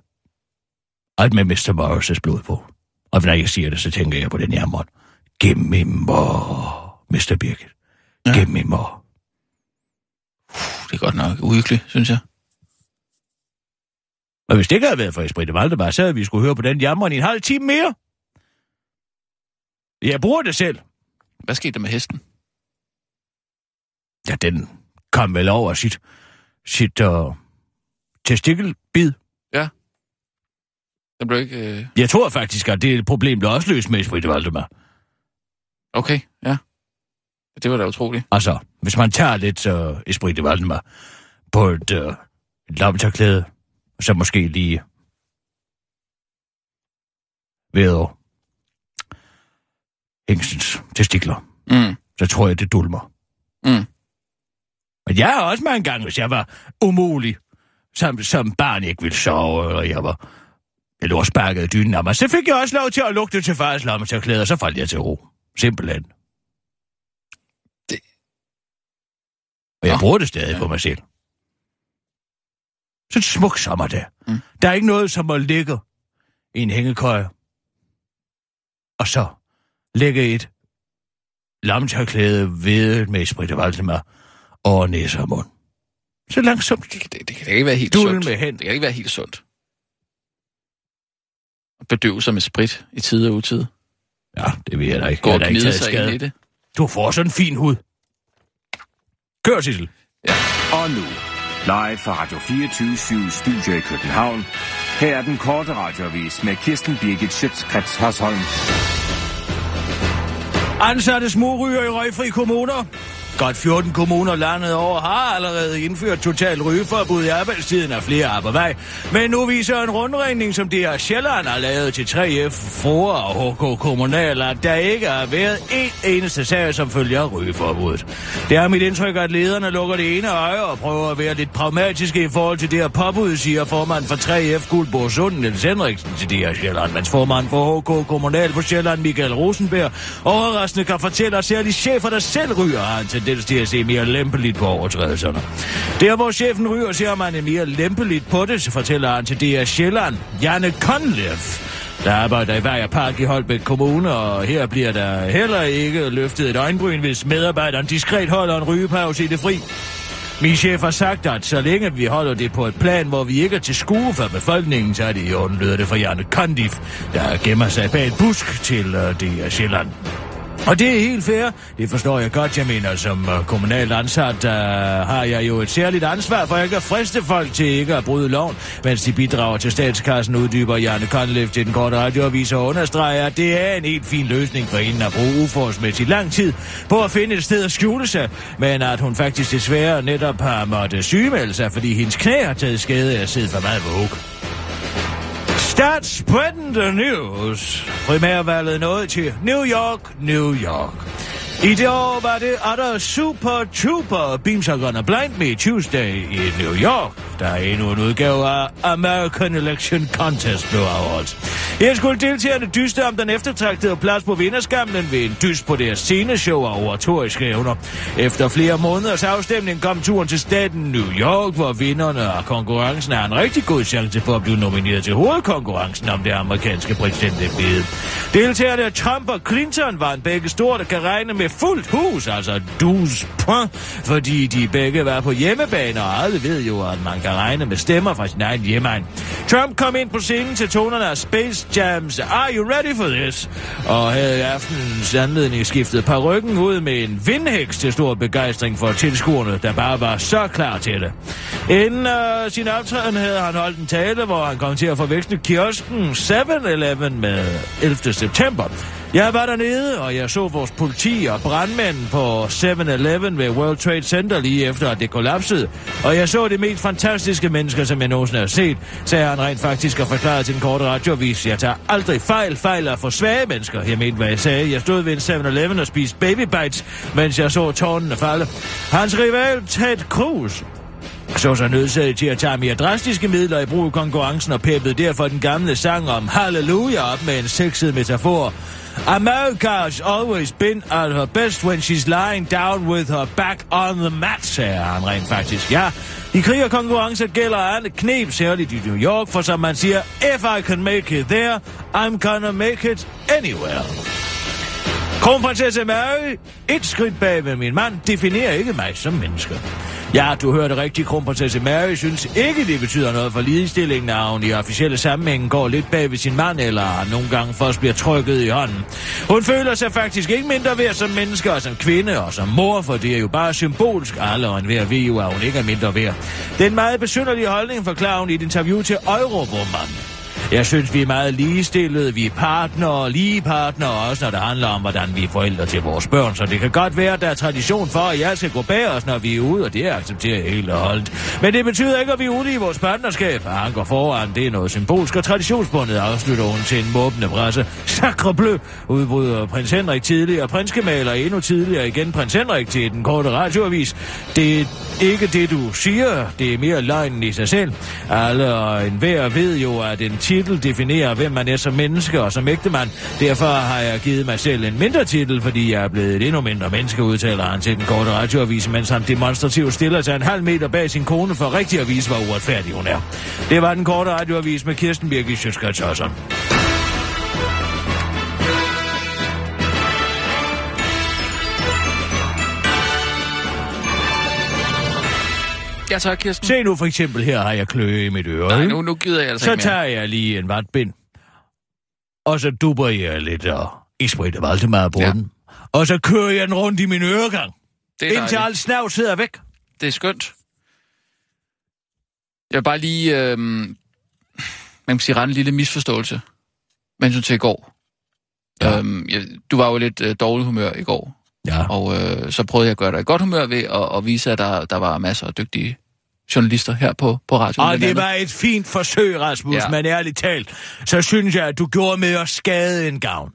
D: Alt med Mr. Morris' blod på. Og når jeg siger det, så tænker jeg på den her mor. Giv mig mor, Mr. Birgit.
E: Ja.
D: Ja. Giv mig mor.
E: Puh, det er godt nok uhyggeligt, synes jeg.
D: Og hvis det ikke havde været for Espritte Valdemar, så havde vi skulle høre på den jammer i en halv time mere. Jeg bruger det selv.
E: Hvad skete der med hesten?
D: Ja, den kom vel over sit, sit uh, testikelbid.
E: Den blev ikke... Øh...
D: Jeg tror faktisk, at det problem blev også løst med Sprit Valdemar.
E: Okay, ja. Det var da utroligt.
D: Altså, hvis man tager lidt øh, Esprit Valdemar på et, øh, et lommetørklæde, så måske lige ved hængstens testikler,
E: Mm.
D: så tror jeg, det dulmer.
E: Mm.
D: Men jeg har også mange gange, hvis jeg var umulig, som, som barn ikke ville sove, eller jeg var jeg lå og sparkede dynen af mig, så fik jeg også lov til at lugte til fars lommetørklæde, og så faldt jeg til ro. Simpelthen.
E: Det-
D: Og jeg
E: Nå.
D: bruger det stadig på mig selv. Så et smuk sommer der.
E: Mm.
D: Mm. Der er ikke noget som at ligge i en hængekøje, og så lægge et lommetørklæde ved med Spritte Valdemar over næse og mund. Så langsomt.
E: Det, det, det kan da ikke være helt
D: Dulme
E: sundt.
D: hen.
E: Det kan da ikke være helt sundt. At bedøve sig med sprit i tide og utide.
D: Ja, det vil jeg da ikke.
E: Gå
D: jeg
E: og
D: har da ikke
E: gnide
D: taget
E: sig
D: skade.
E: ind i det.
D: Du får sådan en fin hud. Kør, Sissel.
F: Og nu, live fra Radio 24 Studio i København. Her er den korte radiovis med Kirsten Birgit Schøtzgrads Hasholm.
D: Ansatte smugryger i røgfri kommuner. Godt 14 kommuner landet over har allerede indført total rygeforbud i arbejdstiden af flere arbejdsvej. Men nu viser en rundringning, som det her Sjælland har lavet til 3F, FOA og HK Kommunal, at der ikke har været én eneste sag, som følger rygeforbuddet. Det er mit indtryk, at lederne lukker det ene øje og prøver at være lidt pragmatiske i forhold til det her påbud, siger formanden for 3F Guldborg Sund, Niels Henriksen, til det her Sjælland. Mens formanden for HK Kommunal på Sjælland, Michael Rosenberg, overraskende kan fortælle, at særligt chefer, der selv ryger, har en tendens til at se mere lempeligt på overtrædelserne. Der, hvor chefen ryger, ser man mere lempeligt på det, fortæller han til DR Sjælland, Janne Konlev der arbejder i Vejer Park i Holbæk Kommune, og her bliver der heller ikke løftet et øjenbryn, hvis medarbejderen diskret holder en rygepause i det fri. Min chef har sagt, at så længe vi holder det på et plan, hvor vi ikke er til skue for befolkningen, så er det i orden, lyder det fra Janne Kondif, der gemmer sig bag et busk til uh, det er Sjælland. Og det er helt fair. Det forstår jeg godt, jeg mener. Som øh, kommunal ansat øh, har jeg jo et særligt ansvar for ikke at friste folk til ikke at bryde loven, mens de bidrager til statskassen, uddyber Janne Konlev til den korte radioavis og understreger, at det er en helt fin løsning for hende at bruge uforholdsmæssigt lang tid på at finde et sted at skjule sig, men at hun faktisk desværre netop har måttet sygemelde sig, fordi hendes knæ har taget skade af at sidde for meget våge. Start spreading the news. Primærvalget nåede til New York, New York. I det år var det Otter Super Trooper Beams Are Gonna Blind Me Tuesday i New York, der er endnu en udgave af American Election Contest blev afholdt. Her skulle deltagerne dyste om den eftertragtede plads på vinderskamlen ved en dyst på deres sceneshow og oratoriske evner. Efter flere måneders afstemning kom turen til staten New York, hvor vinderne af konkurrencen har en rigtig god chance for at blive nomineret til hovedkonkurrencen om det amerikanske præsidentembede. Deltagerne Trump og Clinton var en begge store, der kan regne med fuldt hus, altså dus point, fordi de begge var på hjemmebane, og alle ved jo, at man kan regne med stemmer fra sin egen hjemmeegn. Trump kom ind på scenen til tonerne af Space Jams Are You Ready For This? Og havde i aftenens anledning skiftet parrykken ud med en vindhæks til stor begejstring for tilskuerne, der bare var så klar til det. Inden øh, sin optræden havde han holdt en tale, hvor han kom til at forveksle kiosken 7-Eleven med 11. september. Jeg var dernede, og jeg så vores politi og brandmænd på 7-Eleven ved World Trade Center lige efter, at det kollapsede. Og jeg så de mest fantastiske mennesker, som jeg nogensinde har set, sagde han rent faktisk og forklarede til en kort radiovis. Jeg tager aldrig fejl, fejl er for svage mennesker. Jeg mente, hvad jeg sagde. Jeg stod ved en 7-Eleven og spiste baby bites, mens jeg så tårnene falde. Hans rival Ted Cruz så sig nødsaget til at tage mere drastiske midler i brug i konkurrencen og peppede derfor den gamle sang om Halleluja op med en sexet metafor. America's always been at her best when she's lying down with her back on the mat, sagde han rent faktisk. Ja, i krig og konkurrence gælder alle knep, særligt i New York, for som man siger, if I can make it there, I'm gonna make it anywhere. Kronprinsesse Mary, et skridt bag ved min mand, definerer ikke mig som menneske. Ja, du hørte rigtigt, kronprinsesse Mary synes ikke, det betyder noget for ligestillingen, at hun i officielle sammenhænge går lidt bag ved sin mand, eller nogle gange først bliver trykket i hånden. Hun føler sig faktisk ikke mindre værd som menneske og som kvinde og som mor, for det er jo bare symbolsk. Alle og enhver ved jo, at hun ikke er mindre værd. Den meget besynderlige holdning forklarer hun i et interview til Eurowoman. Jeg synes, vi er meget ligestillede. Vi er partnere, lige partnere, også når det handler om, hvordan vi er forældre til vores børn. Så det kan godt være, at der er tradition for, at jeg skal gå bag os, når vi er ude, og det accepterer jeg helt og holdt. Men det betyder ikke, at vi er ude i vores partnerskab. At han går foran, det er noget symbolsk, og traditionsbundet afslutter hun til en måbende presse. Sacre bleu, udbryder prins Henrik tidligere, prinskemaler endnu tidligere igen prins Henrik til den korte radioavis. Det er ikke det, du siger, det er mere løgnen i sig selv. Alle og enhver ved jo, at en titel definerer, hvem man er som menneske og som ægtemand. Derfor har jeg givet mig selv en mindre titel, fordi jeg er blevet et endnu mindre menneske, udtaler han til den korte radioavis, mens han demonstrativt stiller sig en halv meter bag sin kone for rigtig at vise, hvor uretfærdig hun er. Det var den korte radioavis med Kirsten Birgit Sjøtskrets Hørsson.
E: Ja, tak, Kirsten.
D: Se nu for eksempel, her har jeg kløe i mit øre.
E: Nej,
D: ikke?
E: nu, nu gider jeg altså
D: så
E: ikke mere.
D: tager jeg lige en vatpind. Og så dupper jeg lidt og ispritter Valdemar på
E: Ja.
D: ja. den. Og så kører jeg den rundt i min øregang.
E: Det er,
D: Indtil
E: dejligt.
D: alt snavs sidder væk.
E: det er skønt. Jeg vil bare lige, øh, man kan sige, rette en lille misforståelse, men til i går. Ja. Øhm, jeg, du var jo lidt øh, dårlig humør i går.
D: Ja.
E: Og øh, så prøvede jeg at gøre dig i godt humør ved at, at vise, at der, der var masser af dygtige journalister her på, på radioen.
D: Og
E: blandt
D: Ah, det
E: andet.
D: var et fint forsøg, Rasmus, ja.
E: Ja.
D: men ærligt talt, så synes jeg, at du gjorde med at skade en gavn.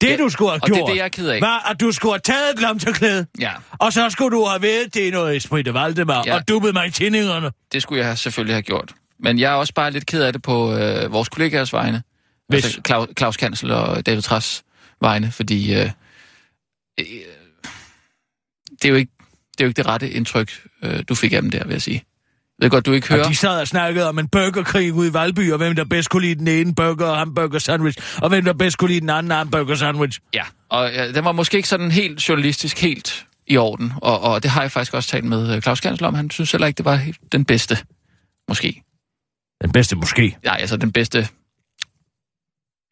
D: Det,
E: Ja,
D: du skulle have
E: og det er
D: gjort,
E: det, jeg er ked af.
D: var, at du skulle have taget et lomterklæde,
E: Ja,
D: og så skulle du have ved, det er noget Esprit de Valdemar, ja.
E: Ja.
D: og dubbet mig i tændingerne.
E: det skulle jeg selvfølgelig have gjort. Men jeg er også bare lidt ked af det på øh, vores kollegaers vegne.
D: Hvis-
E: Altså Claus, Claus Kansel og David Træs vegne, fordi øh, øh, det, er jo ikke, det er jo ikke det rette indtryk, øh, du fik af dem der, vil jeg sige. Jeg ved godt, du ikke hører.
D: Og de sad og snakkede om en burgerkrig ude i Valby, og hvem der bedst kunne lide den ene burger og hamburger sandwich, og hvem der bedst kunne lide den anden hamburger sandwich.
E: Ja, og ja, den var måske ikke sådan helt journalistisk helt i orden, og, og det har jeg faktisk også talt med øh, Claus Gansel om. Han synes heller ikke, det var helt den bedste, måske.
D: Den bedste måske.
E: Nej, altså den bedste...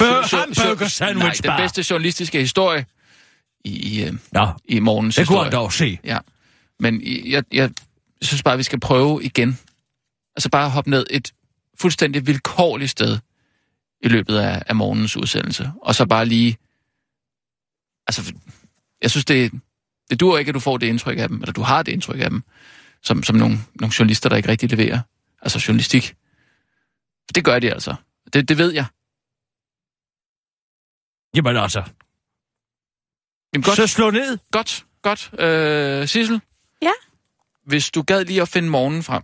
D: Bur-
E: jo-
D: hamburger
E: jo-
D: sandwich
E: Nej,
D: Øh, bar.
E: den bedste journalistiske historie i, i, øh,
D: Nå,
E: i morgens
D: det kunne
E: historie.
D: han dog se.
E: Ja, men i- jeg, jeg synes bare, vi skal prøve igen. Altså bare hoppe ned et fuldstændig vilkårligt sted i løbet af, af morgens udsendelse. Og så bare lige... Altså, jeg synes, det, det duer ikke, at du får det indtryk af dem, eller du har det indtryk af dem, som, som nogle, nogle journalister, der ikke rigtig leverer. Altså journalistik. Det gør de altså. Det, det ved jeg.
D: Jamen altså,
E: Jamen, godt.
D: så slå ned.
E: Godt, godt. Øh, Sissel?
I: Ja?
E: Hvis du gad lige at finde morgenen frem,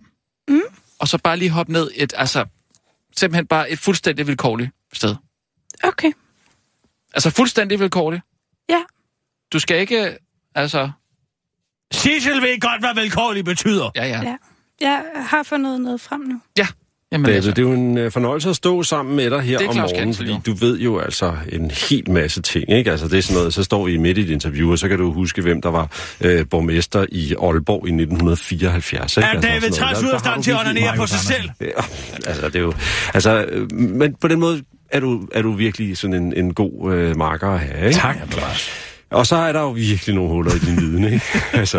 I: Mm.
E: og så bare lige hoppe ned et, altså, simpelthen bare et fuldstændig vilkårligt sted.
I: Okay.
E: Altså fuldstændig vilkårligt.
I: Ja.
E: Du skal ikke, altså,
D: Sissel ved godt, hvad velkårlig betyder.
E: ja, ja.
I: Ja. Jeg har fundet noget frem nu.
E: Jamen,
J: David,
E: altså,
J: det er jo en øh, fornøjelse at stå sammen med dig her
E: Det er
J: om
E: Claus
J: morgenen,
E: Kanzel,
J: fordi
E: jo.
J: du ved jo altså en hel masse ting, ikke? Altså det er sådan noget, så står I midt i et interview, og så kan du huske, hvem der var øh, borgmester i Aalborg i 1974, ikke?
D: Er
J: altså,
D: David
J: sådan noget.
D: Træs
J: Der- der
D: ud af
J: har
D: stand
J: du
D: til at
J: virkelig-
D: onanere på sig selv?
J: Ja, altså, det er jo, altså, øh, men på den måde er du, er du virkelig sådan en, en god øh, marker at have, ikke?
D: Tak, Claus.
J: Og så er der jo virkelig nogle huller i din viden,
E: [laughs]
J: ikke? altså,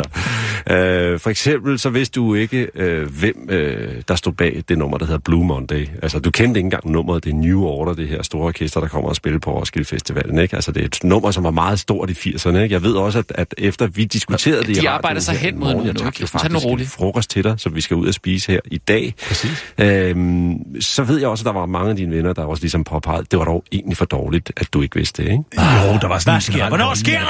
J: øh, for eksempel så vidste du ikke, øh, hvem øh, der stod bag det nummer, der hedder Blue Monday. Altså, du kendte ikke engang nummeret. Det er New Order, det her store orkester, der kommer og spiller på Roskilde Festivalen, ikke? Altså, det er et nummer, som var meget stort i 80'erne, ikke? Jeg ved også, at, at efter vi diskuterede det i
E: de
J: radioen
E: arbejder sig
J: her
E: hen
J: i
E: mod
J: morgen,
E: noget
J: jeg
E: nu,
J: tabte
E: ikke?
J: jo
E: Tag den
J: faktisk en
E: roligt.
J: frokost til dig, som vi skal ud og spise her i dag. Præcis. Øhm, så ved jeg også, at der var mange af dine venner, der også ligesom påpegede, det var dog egentlig for dårligt, at du ikke vidste det, ikke?
K: Jo, der var sådan
D: Hvad
K: en
D: sker? Hvornår
K: generel holdning,
D: sker
K: at
D: der
K: man
D: noget?
K: ikke kunne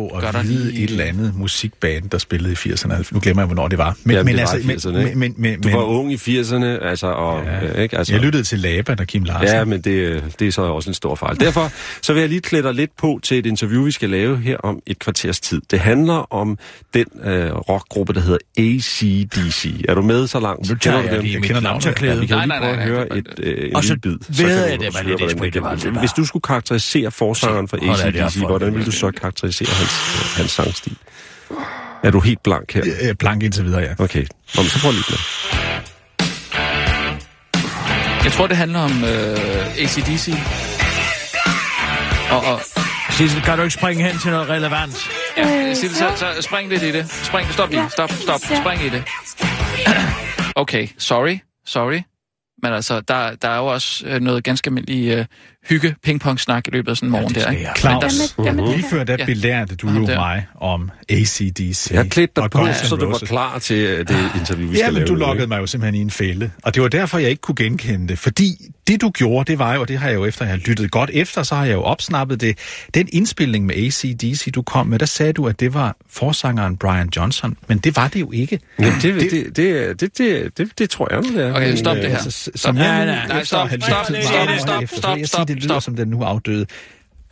K: Undgå
E: Gør der
K: at vide
E: lige-
K: et eller andet musikband, der spillede i 80'erne. og 90'erne. Nu glemmer jeg, hvornår det var. Men,
J: Ja,
K: men
J: det var
K: altså,
J: i 80'erne,
K: men,
J: ikke?
K: men, men, men,
J: Du var ung i 80'erne, altså, og, ja.
K: Ja.
J: ikke? Altså,
K: Jeg lyttede til Laban og Kim Larsen.
J: Ja, men det, øh, det er så også en stor fejl. Derfor så vil jeg lige klæde dig lidt på til et interview, vi skal lave her om et kvarters tid. Det handler om den øh, rockgruppe, der hedder ACDC. Er du med så langt?
K: Nu tager jeg lige
J: dem?
K: mit
J: Kender
K: navn.
J: navnet? Ja, vi kan
E: Nej,
J: jo lige
E: nej,
J: prøve at
E: nej, nej,
J: høre
E: det-
J: et, øh, en
D: Og så
J: lille bid.
D: ved
J: kan
D: jeg,
J: du
D: det
J: også
D: var
J: høre,
D: lidt
J: hvordan
D: Esprit de
J: det-
D: Valdebar.
J: Hvis du skulle karakterisere forsangeren for
D: Hold da, det er
J: ACDC,
D: for-
J: hvordan ville du så karakterisere hans, hans sangstil? Er du helt blank her?
K: Øh, Plank indtil videre, ja.
J: Okay, Nå, men så prøv lige med.
E: jeg tror, det handler om øh, ACDC. Og, og
D: Sissel, kan du ikke springe hen til noget relevant?
E: ja, Sissel, så, så spring lidt i det. Spring, stop lige,
I: Ja.
E: stop, stop,
I: Ja.
E: spring i det. [clears throat] Okay, sorry, sorry. Men altså, der, der er jo også øh, noget ganske almindelig øh, hygge ping pong snak i løbet af sådan en morgen
D: det
E: der,
D: skal
E: ikke?
D: jeg.
I: Hvad
K: Claus,
I: med, hvad med det
K: lige
I: her?
K: før der
E: Ja.
K: belærte du
E: Og ham
K: jo
E: der.
K: mig om ACDC.
J: Jeg klædte dig
K: og
J: på,
K: Guns N'
J: så du var
K: Roses.
J: klar til øh, det interview, vi skal
K: Ja, men
J: lave.
K: du
J: nu, ikke?
K: lokkede mig jo simpelthen i en fælde. Og det var derfor, jeg ikke kunne genkende det. Fordi det, du gjorde, det var jo, og det har jeg jo efter, jeg har lyttet godt efter, så har jeg jo opsnappet det. Den indspilning med ACDC, du kom med, der sagde du, at det var forsangeren Brian Johnson. Men det var det jo ikke.
J: Men det, det, det, det, det, det, det tror jeg nu, det er.
E: Okay,
J: Men,
E: stop
J: øh,
E: det her.
K: som
D: Nej,
K: jeg nu
D: nej,
K: efter
E: nej, stop,
K: at have
E: stop,
K: lyttet meget
D: stop,
K: nøje
E: stop,
K: efter, så
E: stop,
K: vil jeg
E: stop,
K: sige, det lyder
E: stop.
K: som den nu afdøde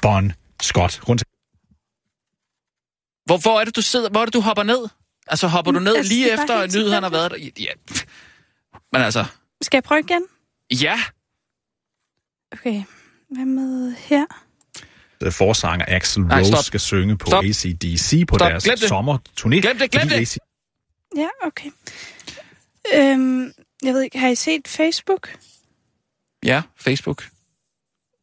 K: Bon Scott. Rundt
E: Hvor, hvor er det, du sidder? Hvor er det, du hopper ned? Altså, hopper du ned
I: Altså, det
E: lige
I: er bare
E: efter, at
I: helt
E: nyhederne har været der? Ja. Men altså,
I: Skal jeg prøve igen?
E: ja.
I: Okay. Hvad med her?
K: øh, forsanger Axel
E: Nej,
K: Rose
E: stop.
K: skal synge på
E: Stop.
K: ACDC på
E: Stop.
K: deres
E: Glem det.
K: sommerturné.
E: Glem det, glem
K: fordi
E: det.
K: AC/DC
I: Ja, okay. Øhm, jeg ved ikke, har I set Facebook?
E: Ja, Facebook.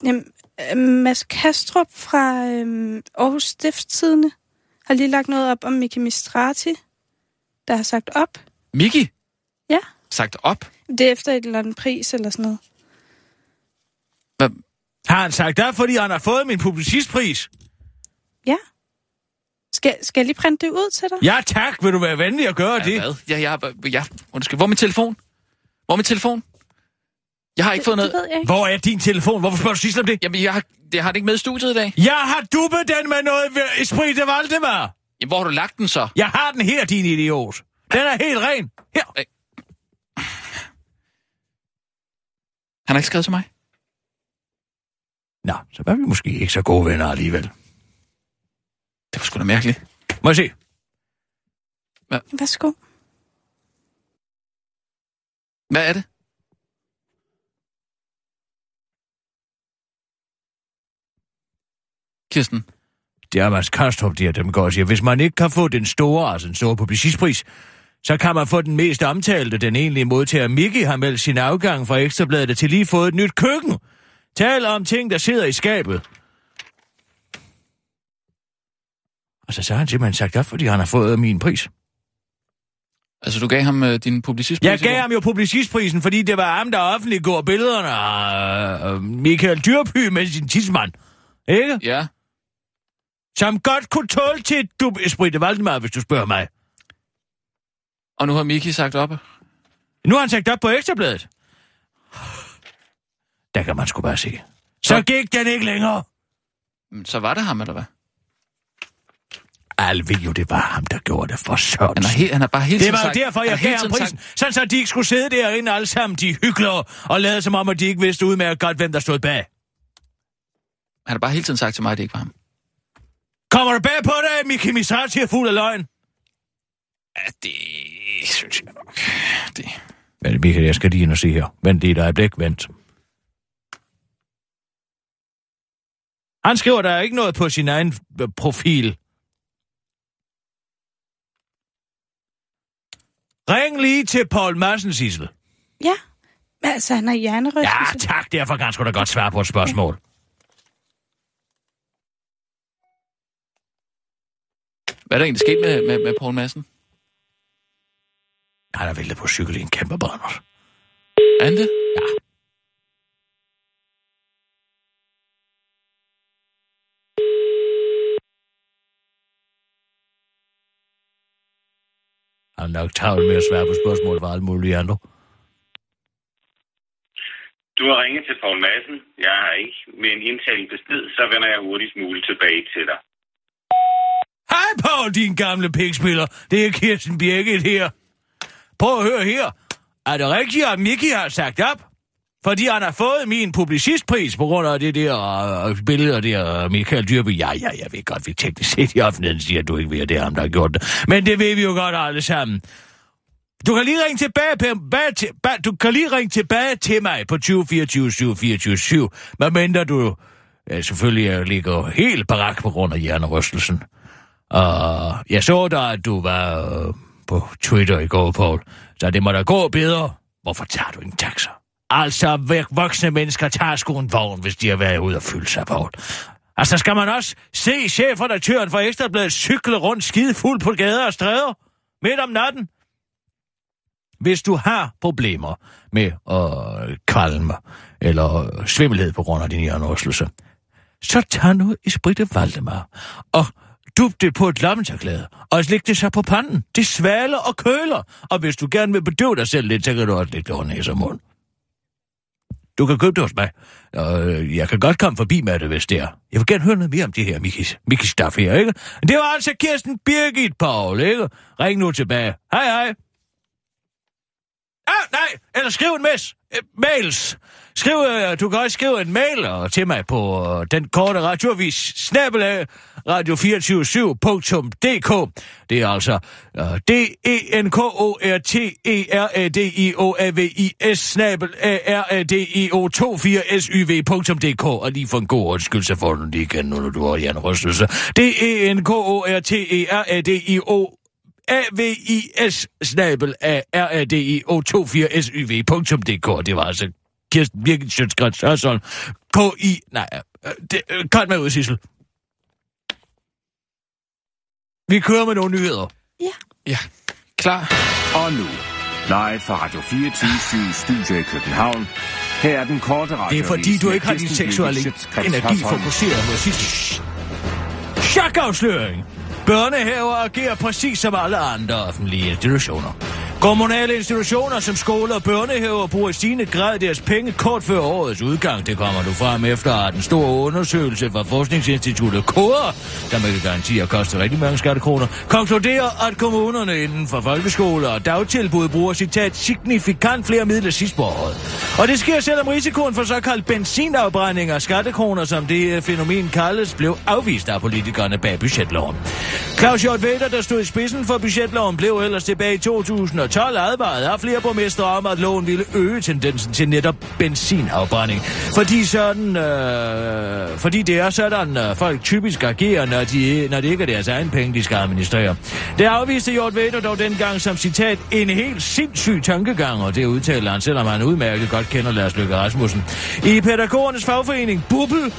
I: Jamen, øh, Mads Kastrup fra øhm, Aarhus Stiftstidende har lige lagt noget op om Miki Mistrati, der har sagt op.
E: Miki?
I: Ja.
E: Sagt op?
I: Det er efter et eller andet pris eller sådan noget.
D: Har han sagt det, fordi han har fået min publicistpris?
I: Ja. Skal, skal jeg lige printe det ud til dig?
D: Ja, tak. Vil du være venlig at gøre ja, det?
E: Hvad? Ja, jeg, jeg, jeg, undskyld. Hvor er min telefon? Hvor er min telefon? Jeg har ikke
I: Det- det
E: fået noget.
I: ved jeg ikke.
D: Hvor er din telefon? Hvorfor spørger du sidst om det?
E: Jamen, jeg har, jeg har det ikke med i studiet i dag.
D: Jeg har dubbet den med noget ved- Esprit de Valdemar.
E: Jamen, hvor har du lagt den så?
D: Jeg har den her, din idiot. Den er helt ren. Her.
E: Han har ikke skrevet til mig.
D: Nå, så var vi måske ikke så gode venner alligevel.
E: Det var sgu da mærkeligt.
D: Må jeg se?
I: Værsgo.
E: Hvad er det? Kirsten,
D: Det er Mads Kastrup, de her, dem går og siger. Hvis man ikke kan få den store, altså den store publicistpris, så kan man få den mest omtalte, den egentlige modtager. Mickey har meldt sin afgang fra Ekstrabladet og til lige fået et nyt køkken. Tal om ting, der sidder i skabet. Altså, så har han simpelthen sagt op, fordi han har fået min pris.
E: altså du gav ham øh, din publicistpris?
D: Jeg
E: i går?
D: gav ham jo publicistprisen, fordi det var ham, der offentliggjorde billederne af øh, Michael Dyrby med sin tidsmand. Ikke?
E: Ja.
D: Som godt kunne tåle til et dub Esprit Valdemar, hvis du spørger mig.
E: Og nu har Miki sagt op.
D: Nu har han sagt op på ekstrabladet. Der kan man sgu bare se. Så gik den ikke længere.
E: Så var det ham, eller hvad?
D: Alle ved jo, det var ham, der gjorde det for
E: Han
D: sådan.
E: har, he, han har bare hele
D: Det
E: tiden
D: var jo
E: sagt...
D: derfor,
E: han
D: jeg
E: har hele
D: gav ham
E: tiden
D: prisen.
E: Sagt,
D: Sådan så de ikke skulle sidde derinde alle sammen, de hyggelige, og lade som om, at de ikke vidste udmærket godt, hvem der stod bag.
E: han har bare hele tiden sagt til mig, at det ikke var ham.
D: Kommer du bag på dig, Miki Misati er fuld af løgn?
E: Ja, det synes jeg nok. Det...
D: Vent, Michael, jeg skal lige ind og se her. Vent lige et øjeblik, vent. Han skriver, der er ikke noget på sin egen øh, profil. Ring lige til Paul Madsen, Sissel.
I: Ja. Men Altså, han har hjernerystelse.
D: Ja, tak. Derfor kan han sgu da godt svare på et spørgsmål.
E: Hvad er der egentlig sket med, med, med Poul Madsen?
D: Han er væltet på cykel i en kæmpe brænder.
E: Er han det? Ja.
D: Han er nok travlt med at svare på spørgsmål fra alle mulige andre.
L: Du har ringet til Poul Madsen. Jeg har ikke. Med en indtalt besked, så vender jeg hurtigst muligt tilbage til dig.
D: Hej, Paul, din gamle pikspiller. Det er Kirsten Birgit her. Prøv at høre her. Er det rigtigt, at Mickey har sagt op? Fordi han har fået min publicistpris på grund af det der øh, billede af det der Michael Dyrby. Ja, ja, jeg ved godt, vi teknisk set i offentligheden siger, at du ikke ved, at det er ham, der har gjort det. Men det ved vi jo godt alle sammen. Du kan lige ringe tilbage, på, bag, til, bag, du kan lige ringe tilbage til mig på 2024 724 Hvad mindre du øh, selvfølgelig øh, ligger helt barak på grund af hjernerystelsen. Og jeg så da, at du var øh, på Twitter i går, Paul. Så det må da gå bedre. Hvorfor tager du en taxa? Altså, væk- voksne mennesker tager sgu en vogn, hvis de har været ude og fylde sig, Paul. Altså, skal man også se chefredaktøren fra Ekstrabladet cykle rundt skide fuld på gader og stræder midt om natten? Hvis du har problemer med øh, kvalme eller øh, svimmelhed på grund af din hjernerystelse, så tag nu Esprit de Valdemar og dub det på et lommetørklæde, og slik det så på panden. Det svaler og køler, og hvis du gerne vil bedøve dig selv lidt, så kan du også lægge det over næse og mund. Du kan købe det hos mig, og øh, jeg kan godt komme forbi med det, hvis det er. Jeg vil gerne høre noget mere om det her, Mikis, Mikis Staff her, ikke? Det var altså Kirsten Birgit, Paul, ikke? Ring nu tilbage. Hej, hej. Ah, nej, eller skriv en mes, eh, mails. Skriv, øh, du kan også skrive en mail og til mig på øh, den korte radioavis, snabelag radio247.dk. Det er altså øh, d e n k o r t e r a d i o a v i s snabel a r a d i o 24 s y v.dk og lige for en god undskyld, så får du den lige igen, nu når du har Jan Rystelse. d e n k o r t e r a d i o avis snabel af radio 24 syv.dk. Det var altså Kirsten Birgit Sjøtskrets Hørsholm. K-I... Nej, øh, det, øh, kort med ud, Sissel. Vi kører med nogle nyheder.
E: Ja. Klar.
F: Og nu, live fra Radio 24 Studio i København. Her er den korte radio.
D: Det er fordi, du ikke har din seksuelle energi fokuseret mod sidste. Chakafsløring! Børnehaver agerer præcis som alle andre offentlige institutioner. Kommunale institutioner som skoler og børnehaver bruger i stigende grad deres penge kort før årets udgang. Det kommer nu frem efter at den store undersøgelse fra Forskningsinstituttet KORE, der med garantier koster rigtig mange skattekroner, konkluderer, at kommunerne inden for folkeskoler og dagtilbud bruger citat signifikant flere midler sidst på året. Og det sker selvom risikoen for såkaldt benzinafbrænding af skattekroner, som det øh, fænomen kaldes, blev afvist af politikerne bag budgetloven. Claus Hjort Vedder, der stod i spidsen for budgetloven, blev ellers tilbage i 2012 advaret af flere borgmestre om, at loven ville øge tendensen til netop benzinafbrænding. Fordi, sådan, øh, fordi det er sådan, øh, folk typisk agerer, når, de, når det ikke er deres egen penge, de skal administrere. Det afviste Hjort Vedder dog dengang som citat, en helt sindssyg tankegang, og det udtaler han, selvom han udmærket godt kender Lars Løkke Rasmussen. I pædagogernes fagforening, Bubbel,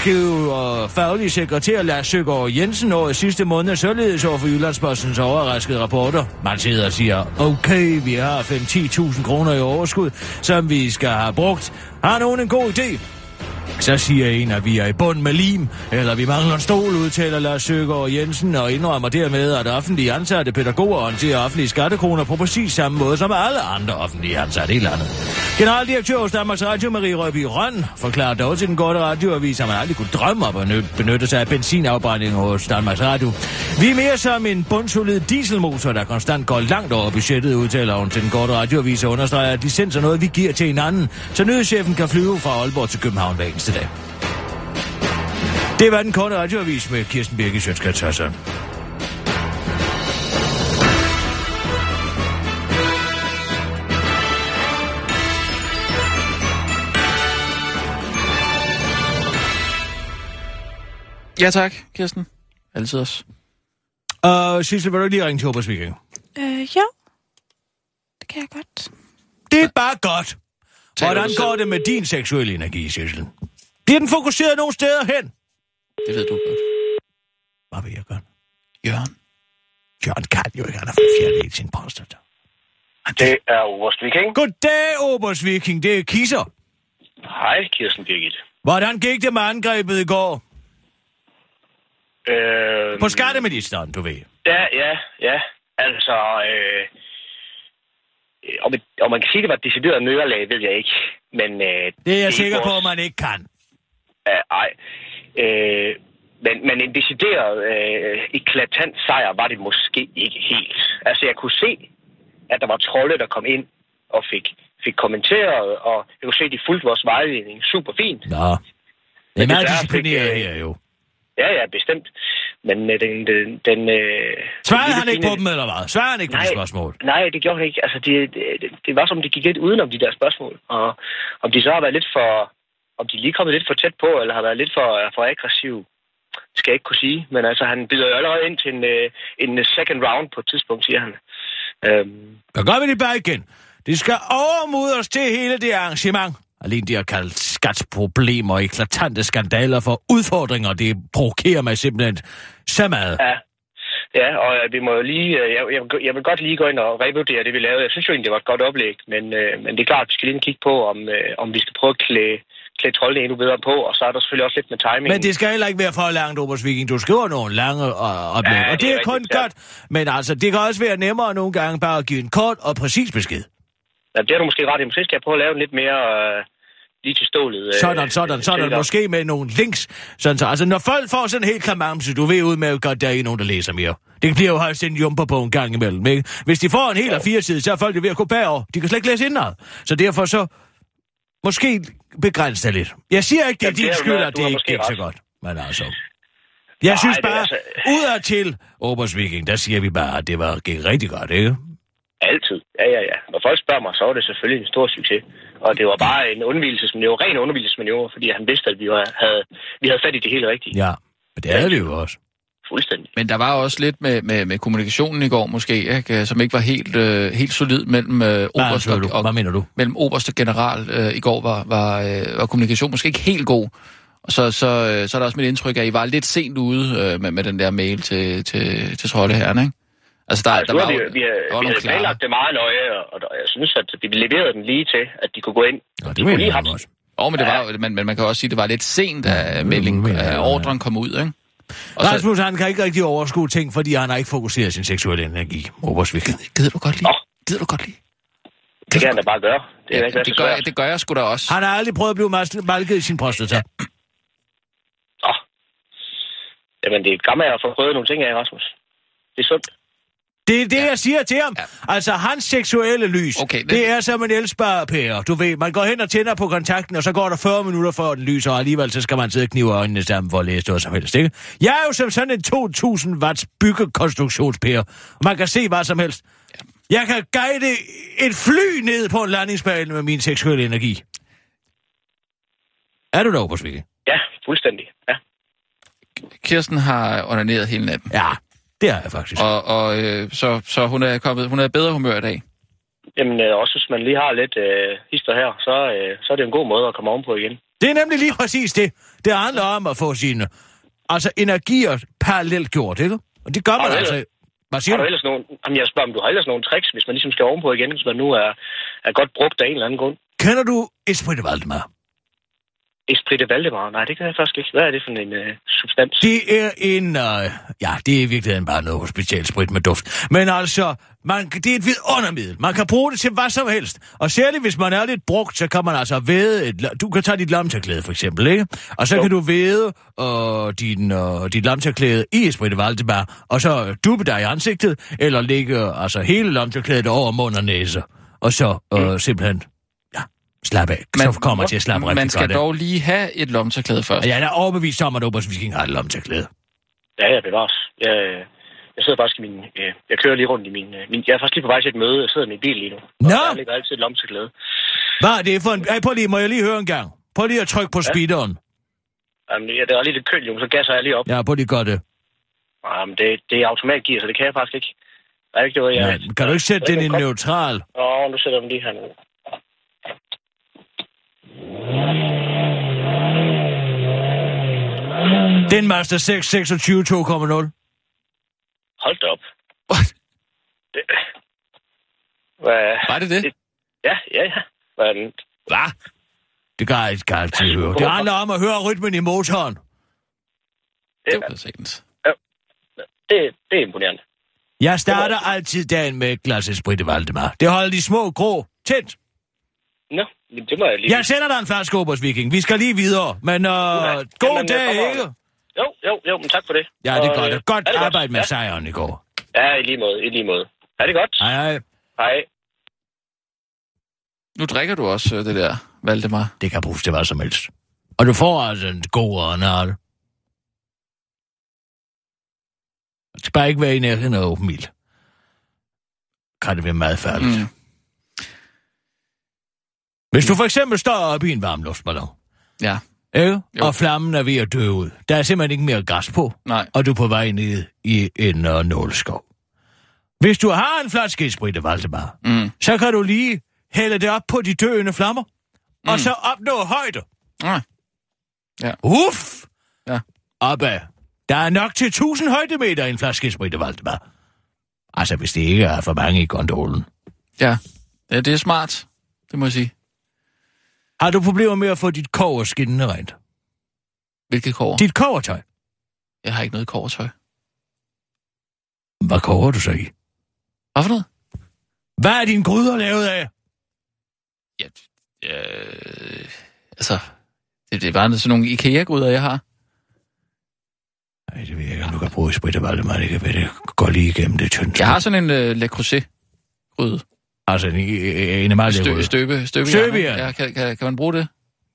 D: beskriver faglige sekretær Lars Søgaard Jensen over sidste måned således over for Jyllandsbostens overraskede rapporter. Man sidder og siger, okay, vi har 5-10.000 kroner i overskud, som vi skal have brugt. Har nogen en god idé? Så siger en, at vi er i bund med lim, eller vi mangler en stol, udtaler Lars Søgaard Jensen, og indrømmer dermed, at offentlige ansatte pædagoger håndterer offentlige skattekroner på præcis samme måde som alle andre offentlige ansatte i landet. Generaldirektør hos Danmarks Radio, Marie Røby Røn, forklarer dog til den gode radioavis, at man aldrig kunne drømme om at benytte- benytte sig af benzinafbrænding hos Danmarks Radio. Vi er mere som en bundsolid dieselmotor, der konstant går langt over budgettet, udtaler hun til den korte radioavis og understreger, at licens er noget, vi giver til hinanden, så nødchefen kan flyve fra Aalborg til København hver eneste dag. Det var den korte radioavis med Kirsten Birke Sjøtskrets Hassan.
E: Ja tak, Kirsten. Altid os.
D: Og Sissel, vil du ikke lige ringe til Obers Viking?
I: Øh, jo. Det kan jeg godt.
D: Det er bare godt.
E: Taler
D: Hvordan
E: du selv?
D: går det med din seksuelle energi, Sissel? Bliver den fokuseret nogle steder hen?
E: Det ved du godt.
D: Hvad vil jeg gøre?
E: Jørgen.
D: Jørgen kan jo ikke, han har fået fjernet hele sin prostata.
M: Det er Oberst Viking.
D: Goddag, Obers Viking. Det er Kisser.
M: Hej, Kirsten Birgit.
D: Hvordan gik det med angrebet i går?
M: Øh,
D: På skatteministeren, du ved.
M: ja, ja, ja. Altså, øh, øh, om, et- om man kan sige, det var et decideret nørlag, ved jeg ikke. Men, øh,
D: Det er jeg
M: ikke
D: sikker på,
M: vores-
D: at man ikke kan.
M: Øh, ej. Øh, men, men en decideret øh, eklatant sejr var det måske ikke helt. Altså, jeg kunne se, at der var trolde, der kom ind og fik, fik kommenteret, og jeg kunne se, at de fulgte vores vejledning super fint.
D: Nå. Det er
M: Men
D: meget
M: desværre fik,
D: disciplineret
M: øh,
D: her jo.
M: Ja, ja, bestemt. Men øh, den... den, den øh,
D: Svarede
M: den
D: han ikke
M: lille
D: på dem, eller hvad? Svarede han ikke på de
M: Nej.
D: spørgsmål?
M: Nej, det gjorde han ikke. Altså, det, det, det var som, det gik lidt udenom de der spørgsmål. Og om de så har været lidt for... Om de lige er kommet lidt for tæt på, eller har været lidt for, øh, for aggressiv, skal jeg ikke kunne sige. Men altså, han byder jo allerede ind til en, øh, en second round på et tidspunkt, siger han. Øhm,
D: Så gør vi det bare igen. Det skal overmodres til hele det arrangement. Alene det at kalde skatsproblemer og eklatante skandaler for udfordringer, det provokerer mig simpelthen så meget.
M: ja. Ja, og øh, vi må jo lige, øh, jeg, jeg, jeg vil godt lige gå ind og revurdere det, vi lavede. Jeg synes jo egentlig, det var et godt oplæg, men, øh, men det er klart, at vi skal lige ind og kigge på, om, øh, om vi skal prøve at klæde, klæde troldene endnu bedre på, og så er der selvfølgelig også lidt med timingen.
D: Men det skal heller ikke være for langt, Obers Viking. Du skriver nogle lange øh, oplæg,
M: Ja,
D: og
M: det
D: det
M: er
D: er kun
M: rigtigt, ja.
D: godt. Men altså, det kan også være nemmere nogle gange bare at give en kort og præcis besked.
M: Ja, det er du måske ret i. Måske skal jeg prøve at lave den lidt mere øh, lige til stålet. Øh,
D: Sådan, sådan, sådan.
M: tænker.
D: Måske med nogle links. Sådan, så. Altså, når folk får sådan en helt klamamse, du ved udmærket godt, der er ikke nogen, der læser mere. Det bliver jo højst en jumper på en gang imellem, ikke? Hvis de får en hel af fire sider, så er folk jo ved at gå bagover. De kan slet ikke læse indad. Så derfor så... Måske begrænse det lidt. Jeg siger ikke, det er
M: Jamen, det
D: din
M: er jo
D: skyld,
M: noget,
D: at
M: du
D: det
M: har
D: ikke
M: måske
D: gik så
M: ret.
D: godt. Men altså... Jeg
M: Nej,
D: synes
M: det er
D: bare,
M: altså-
D: udadtil, Obers Viking, der siger vi bare, at det var, gik rigtig godt, ikke?
M: Altid. Ja, ja, ja. Når folk spørger mig, så var det selvfølgelig en stor succes. Og det var bare en undvielsesmanøvre, ren undvielsesmanøvre, fordi han vidste, at vi, var, havde, vi havde fat i det hele rigtige.
D: Ja, men det er det jo også.
M: Fuldstændig.
E: Men der var også lidt med, med, med kommunikationen i går måske, ikke? som ikke var helt, øh, helt solid mellem øh,
D: Hvad,
E: oberst
D: altså,
E: og,
D: du-
E: og,
D: hvad mener du?
E: mellem oberst og general øh, i går var, var, øh, var kommunikationen måske ikke helt god. Og så, så, øh, så er der også mit indtryk af, at I var lidt sent ude øh, med, med den der mail til, til, til Trolleherren, ikke? Altså, der,
M: Altså,
E: der
M: nu
E: var
M: har vi,
E: jo,
M: vi, har,
E: der var
M: vi
E: nogle
M: havde planlagt det meget nøje, og, og jeg synes, at vi leverede den lige til, at de kunne gå ind.
D: Nå, det
M: de
D: mener
M: kunne lige
D: jeg
M: have
D: også.
E: Åh, men, det var, jo- men, men man kan også sige, at det var lidt sent, at meldingen, at ordren kom ud, ikke?
D: Og Rasmus, så... han kan ikke rigtig overskue ting, fordi han har ikke fokuseret sin seksuelle energi. Obersvig.
E: Gider du godt lide? Gider du godt lide?
M: Det kan jeg da bare gøre. Det, er ja, ikke,
E: det, gør, jeg- det gør jeg sgu da også.
D: Han har aldrig prøvet at blive mas- malket i sin prostata.
M: Jamen, det er gammelt at få prøvet nogle ting af, Rasmus. Det er sundt.
D: Det er det, ja. jeg siger til ham. Ja. Altså, hans seksuelle lys, okay, det... det er som en elsparepære. Du ved, man går hen og tænder på kontakten, og så går der 40 minutter før den lyser, og alligevel så skal man sidde og knive øjnene sammen for at læse noget som helst, ikke? Jeg er jo som sådan en 2000 watts byggekonstruktionspære. Man kan se hvad som helst. Jeg kan guide et fly ned på en landingspæl med min seksuelle energi. Er du dog på svikke?
M: Ja, fuldstændig. Ja.
E: Kirsten har onaneret hele natten.
D: Ja, det har jeg faktisk.
E: Og, og øh, så, så hun er kommet, hun er i bedre humør i dag.
M: Jamen, øh, også hvis man lige har lidt øh, hister her, så, øh, så er det en god måde at komme ovenpå igen.
D: Det er nemlig lige præcis det. Det handler om at få sine altså, energier parallelt gjort, ikke? Og det gør
M: Har
D: man
M: du
D: altså.
M: ellers-
D: Hvad siger
M: har
D: du?
M: du ellers nogle, jamen, jeg spørger, om du har ellers nogle tricks, hvis man ligesom skal ovenpå igen, hvis man nu er, er godt brugt af en eller anden grund.
D: Kender du Esprit de Valdemar?
M: Esprit Valdemar? Nej, det kan jeg faktisk ikke. Hvad er det for en øh, substans?
D: Det er en... Øh, ja, det er i virkeligheden bare noget hospitalsprit med duft. Men altså, man, det er et vidundermiddel. Man kan bruge det til hvad som helst. Og særligt, hvis man er lidt brugt, så kan man altså væde... Et, lo- du kan tage dit lomtørklæde, for eksempel, ikke? Og så jo. kan du væde øh, din, øh, dit lomtørklæde i Esprit de Valdemar, og så øh, duppe dig i ansigtet, eller lægge øh, altså, hele lomtørklædet over mund og næse. Og så øh, simpelthen... Ja, slap af. Man, så kommer man til at slappe rigtig
E: Mm. Man skal
D: godt af.
E: dog lige have et lomtørklæde først.
D: Og Jeg er da overbevist om, at Obers Viking har et lomtørklæde.
M: Ja, jeg bevares. Jeg, øh, jeg sidder faktisk i min... Øh, jeg kører lige rundt i min, øh, min... Jeg er faktisk lige på vej til et møde. Jeg sidder i min bil lige nu.
D: Nå!
M: Jeg ligger altid et lomme til glæde.
D: Hvad er det for en... Ej, prøv lige, må jeg lige høre en gang? Prøv lige at trykke på speederen.
M: Jamen, jeg, der er lige lidt køl, jo, så gasser jeg lige op.
D: Ja, prøv lige godt det.
M: Jamen, Ah, det, det er automatgear, så det kan jeg faktisk ikke. Er det ikke det, hvor jeg...
D: Men, kan du ikke sætte den i neutral?
M: Nå, nu sætter jeg dem lige her nu.
D: Det er en Mazda 6 26 2,0.
M: Hold da op. Det, hvad,
E: Var det det?
M: ja, ja, ja. Hvad, er den?
D: Hvad? Det kan jeg ikke kan jeg altid høre. Det handler om at høre rytmen i motoren.
M: det,
E: det,
M: det, det er imponerende.
D: Jeg starter altid dagen med et glas Esprit de Valdemar. Det holder de små grå tæt.
M: Nå, men det må jeg lige...
D: Jeg sender dig en flaske Obers Viking. Vi skal lige videre. Men øh, god
M: Jamen, jeg
D: dag,
M: kommer-
D: ikke?
M: Jo, jo, jo, men tak for det.
D: Ja, det er
M: Og,
D: godt.
M: øh,
D: Godt
M: er det
D: arbejde med
M: ja.
D: sejren i går.
M: Ja, i lige måde, i lige måde. Er det godt?
D: Hej, hej.
M: Hej.
E: Nu drikker du også øh, det der, Valdemar.
D: Det kan bruges til hvad som helst. Og du får altså en god åndenal. Det skal bare ikke være i nærheden af åben ild. Kan det være meget færdigt. Mm. Hvis du for eksempel står oppe i en varm luftballon,
E: Ja.
D: ikke? og flammen er ved at dø ud, der er simpelthen ikke mere gas på,
E: Nej.
D: og du er på vej ned i en uh, nåleskov. Hvis du har en flaske sprit af Valdemar,
E: Mm.
D: så kan du lige hælde det op på de døende flammer, mm. og så opnå højde.
E: Ja. Ja.
D: Uff!
E: Ja.
D: Opad. Der er nok til 1000 højdemeter i en flaske sprit af Valdemar. Altså, hvis det ikke er for mange i gondolen.
E: Ja. ja, det er smart, det må jeg sige.
D: Har du problemer med at få dit kover skinnende rent?
E: Hvilket kover?
D: Dit kovertøj.
E: Jeg har ikke noget kovertøj.
D: Hvad koger du så i?
E: Hvad for noget?
D: Hvad er din gryder lavet af?
E: Øh, altså, det, det er bare sådan nogle IKEA-gryder, jeg har.
D: Nej, det ved jeg ikke, om du kan bruge sprit af Valdemar. Det kan være, det går lige igennem det tynde.
E: Jeg har sådan en øh, Le Creuset-gryde.
D: Altså, en, en af mig
E: Stø, støbe, støbe,
D: Støbejern.
E: Ja, kan, kan, kan man bruge det?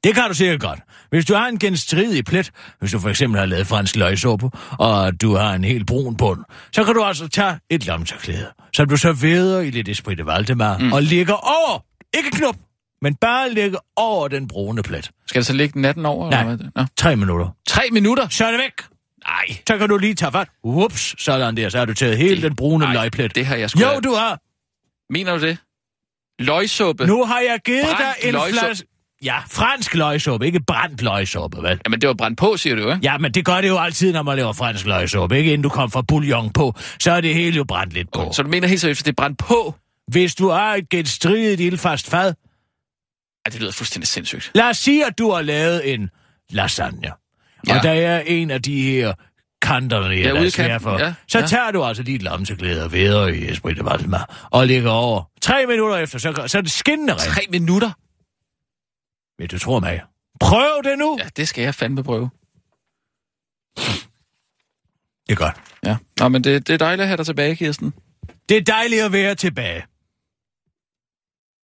D: Det kan du sikkert godt. Hvis du har en genstridig plet, hvis du for eksempel har lavet fransk løgsuppe, og du har en helt brun bund, så kan du altså tage et lomtørklæde, som du så veder i lidt Esprit de Valdemar, mm. og ligger over, ikke knop, men bare ligger over den brune plet.
E: Skal det så ligge natten over?
D: Nej.
E: Eller hvad? Nå.
D: Tre minutter.
E: Tre minutter?
D: Så er det væk. Nej. Så kan du lige tage fat. Ups, sådan der, så har du taget hele den brune nej, løgplet.
E: Det har jeg sgu
D: Jo,
E: da-
D: du har.
E: Mener du det? Løgsuppe?
D: Nu har jeg givet
E: Brændt
D: dig en
E: løgsuppe.
D: flaske... Ja, fransk løgsuppe, ikke brændt løgsuppe, vel?
E: Jamen, det var brændt på, siger du, ikke?
D: Ja, men det gør det jo altid, når man laver fransk løgsuppe, ikke? Inden du kom fra bouillon på, så er det hele jo brændt lidt på. Okay,
E: så du mener helt seriøst, at det er brændt på?
D: Hvis du har et genstridigt ildfast fad,
E: Ja, det lyder fuldstændig sindssygt.
D: lad os sige, at du har lavet en lasagne. Ja. Og der er en af de her kanterne, ja, der er svære for. Ja, så ja. tager du altså dit lamseglæder videre i Esprit de Valma og ligger over. Tre minutter efter, så, så er det skinnende rent.
E: Tre minutter?
D: Men du tror mig. Prøv det nu!
E: Ja, det skal jeg fandme prøve.
D: Det er godt.
E: Ja. Nå, men det, det er dejligt at have dig tilbage, Kirsten.
D: Det er dejligt at være tilbage.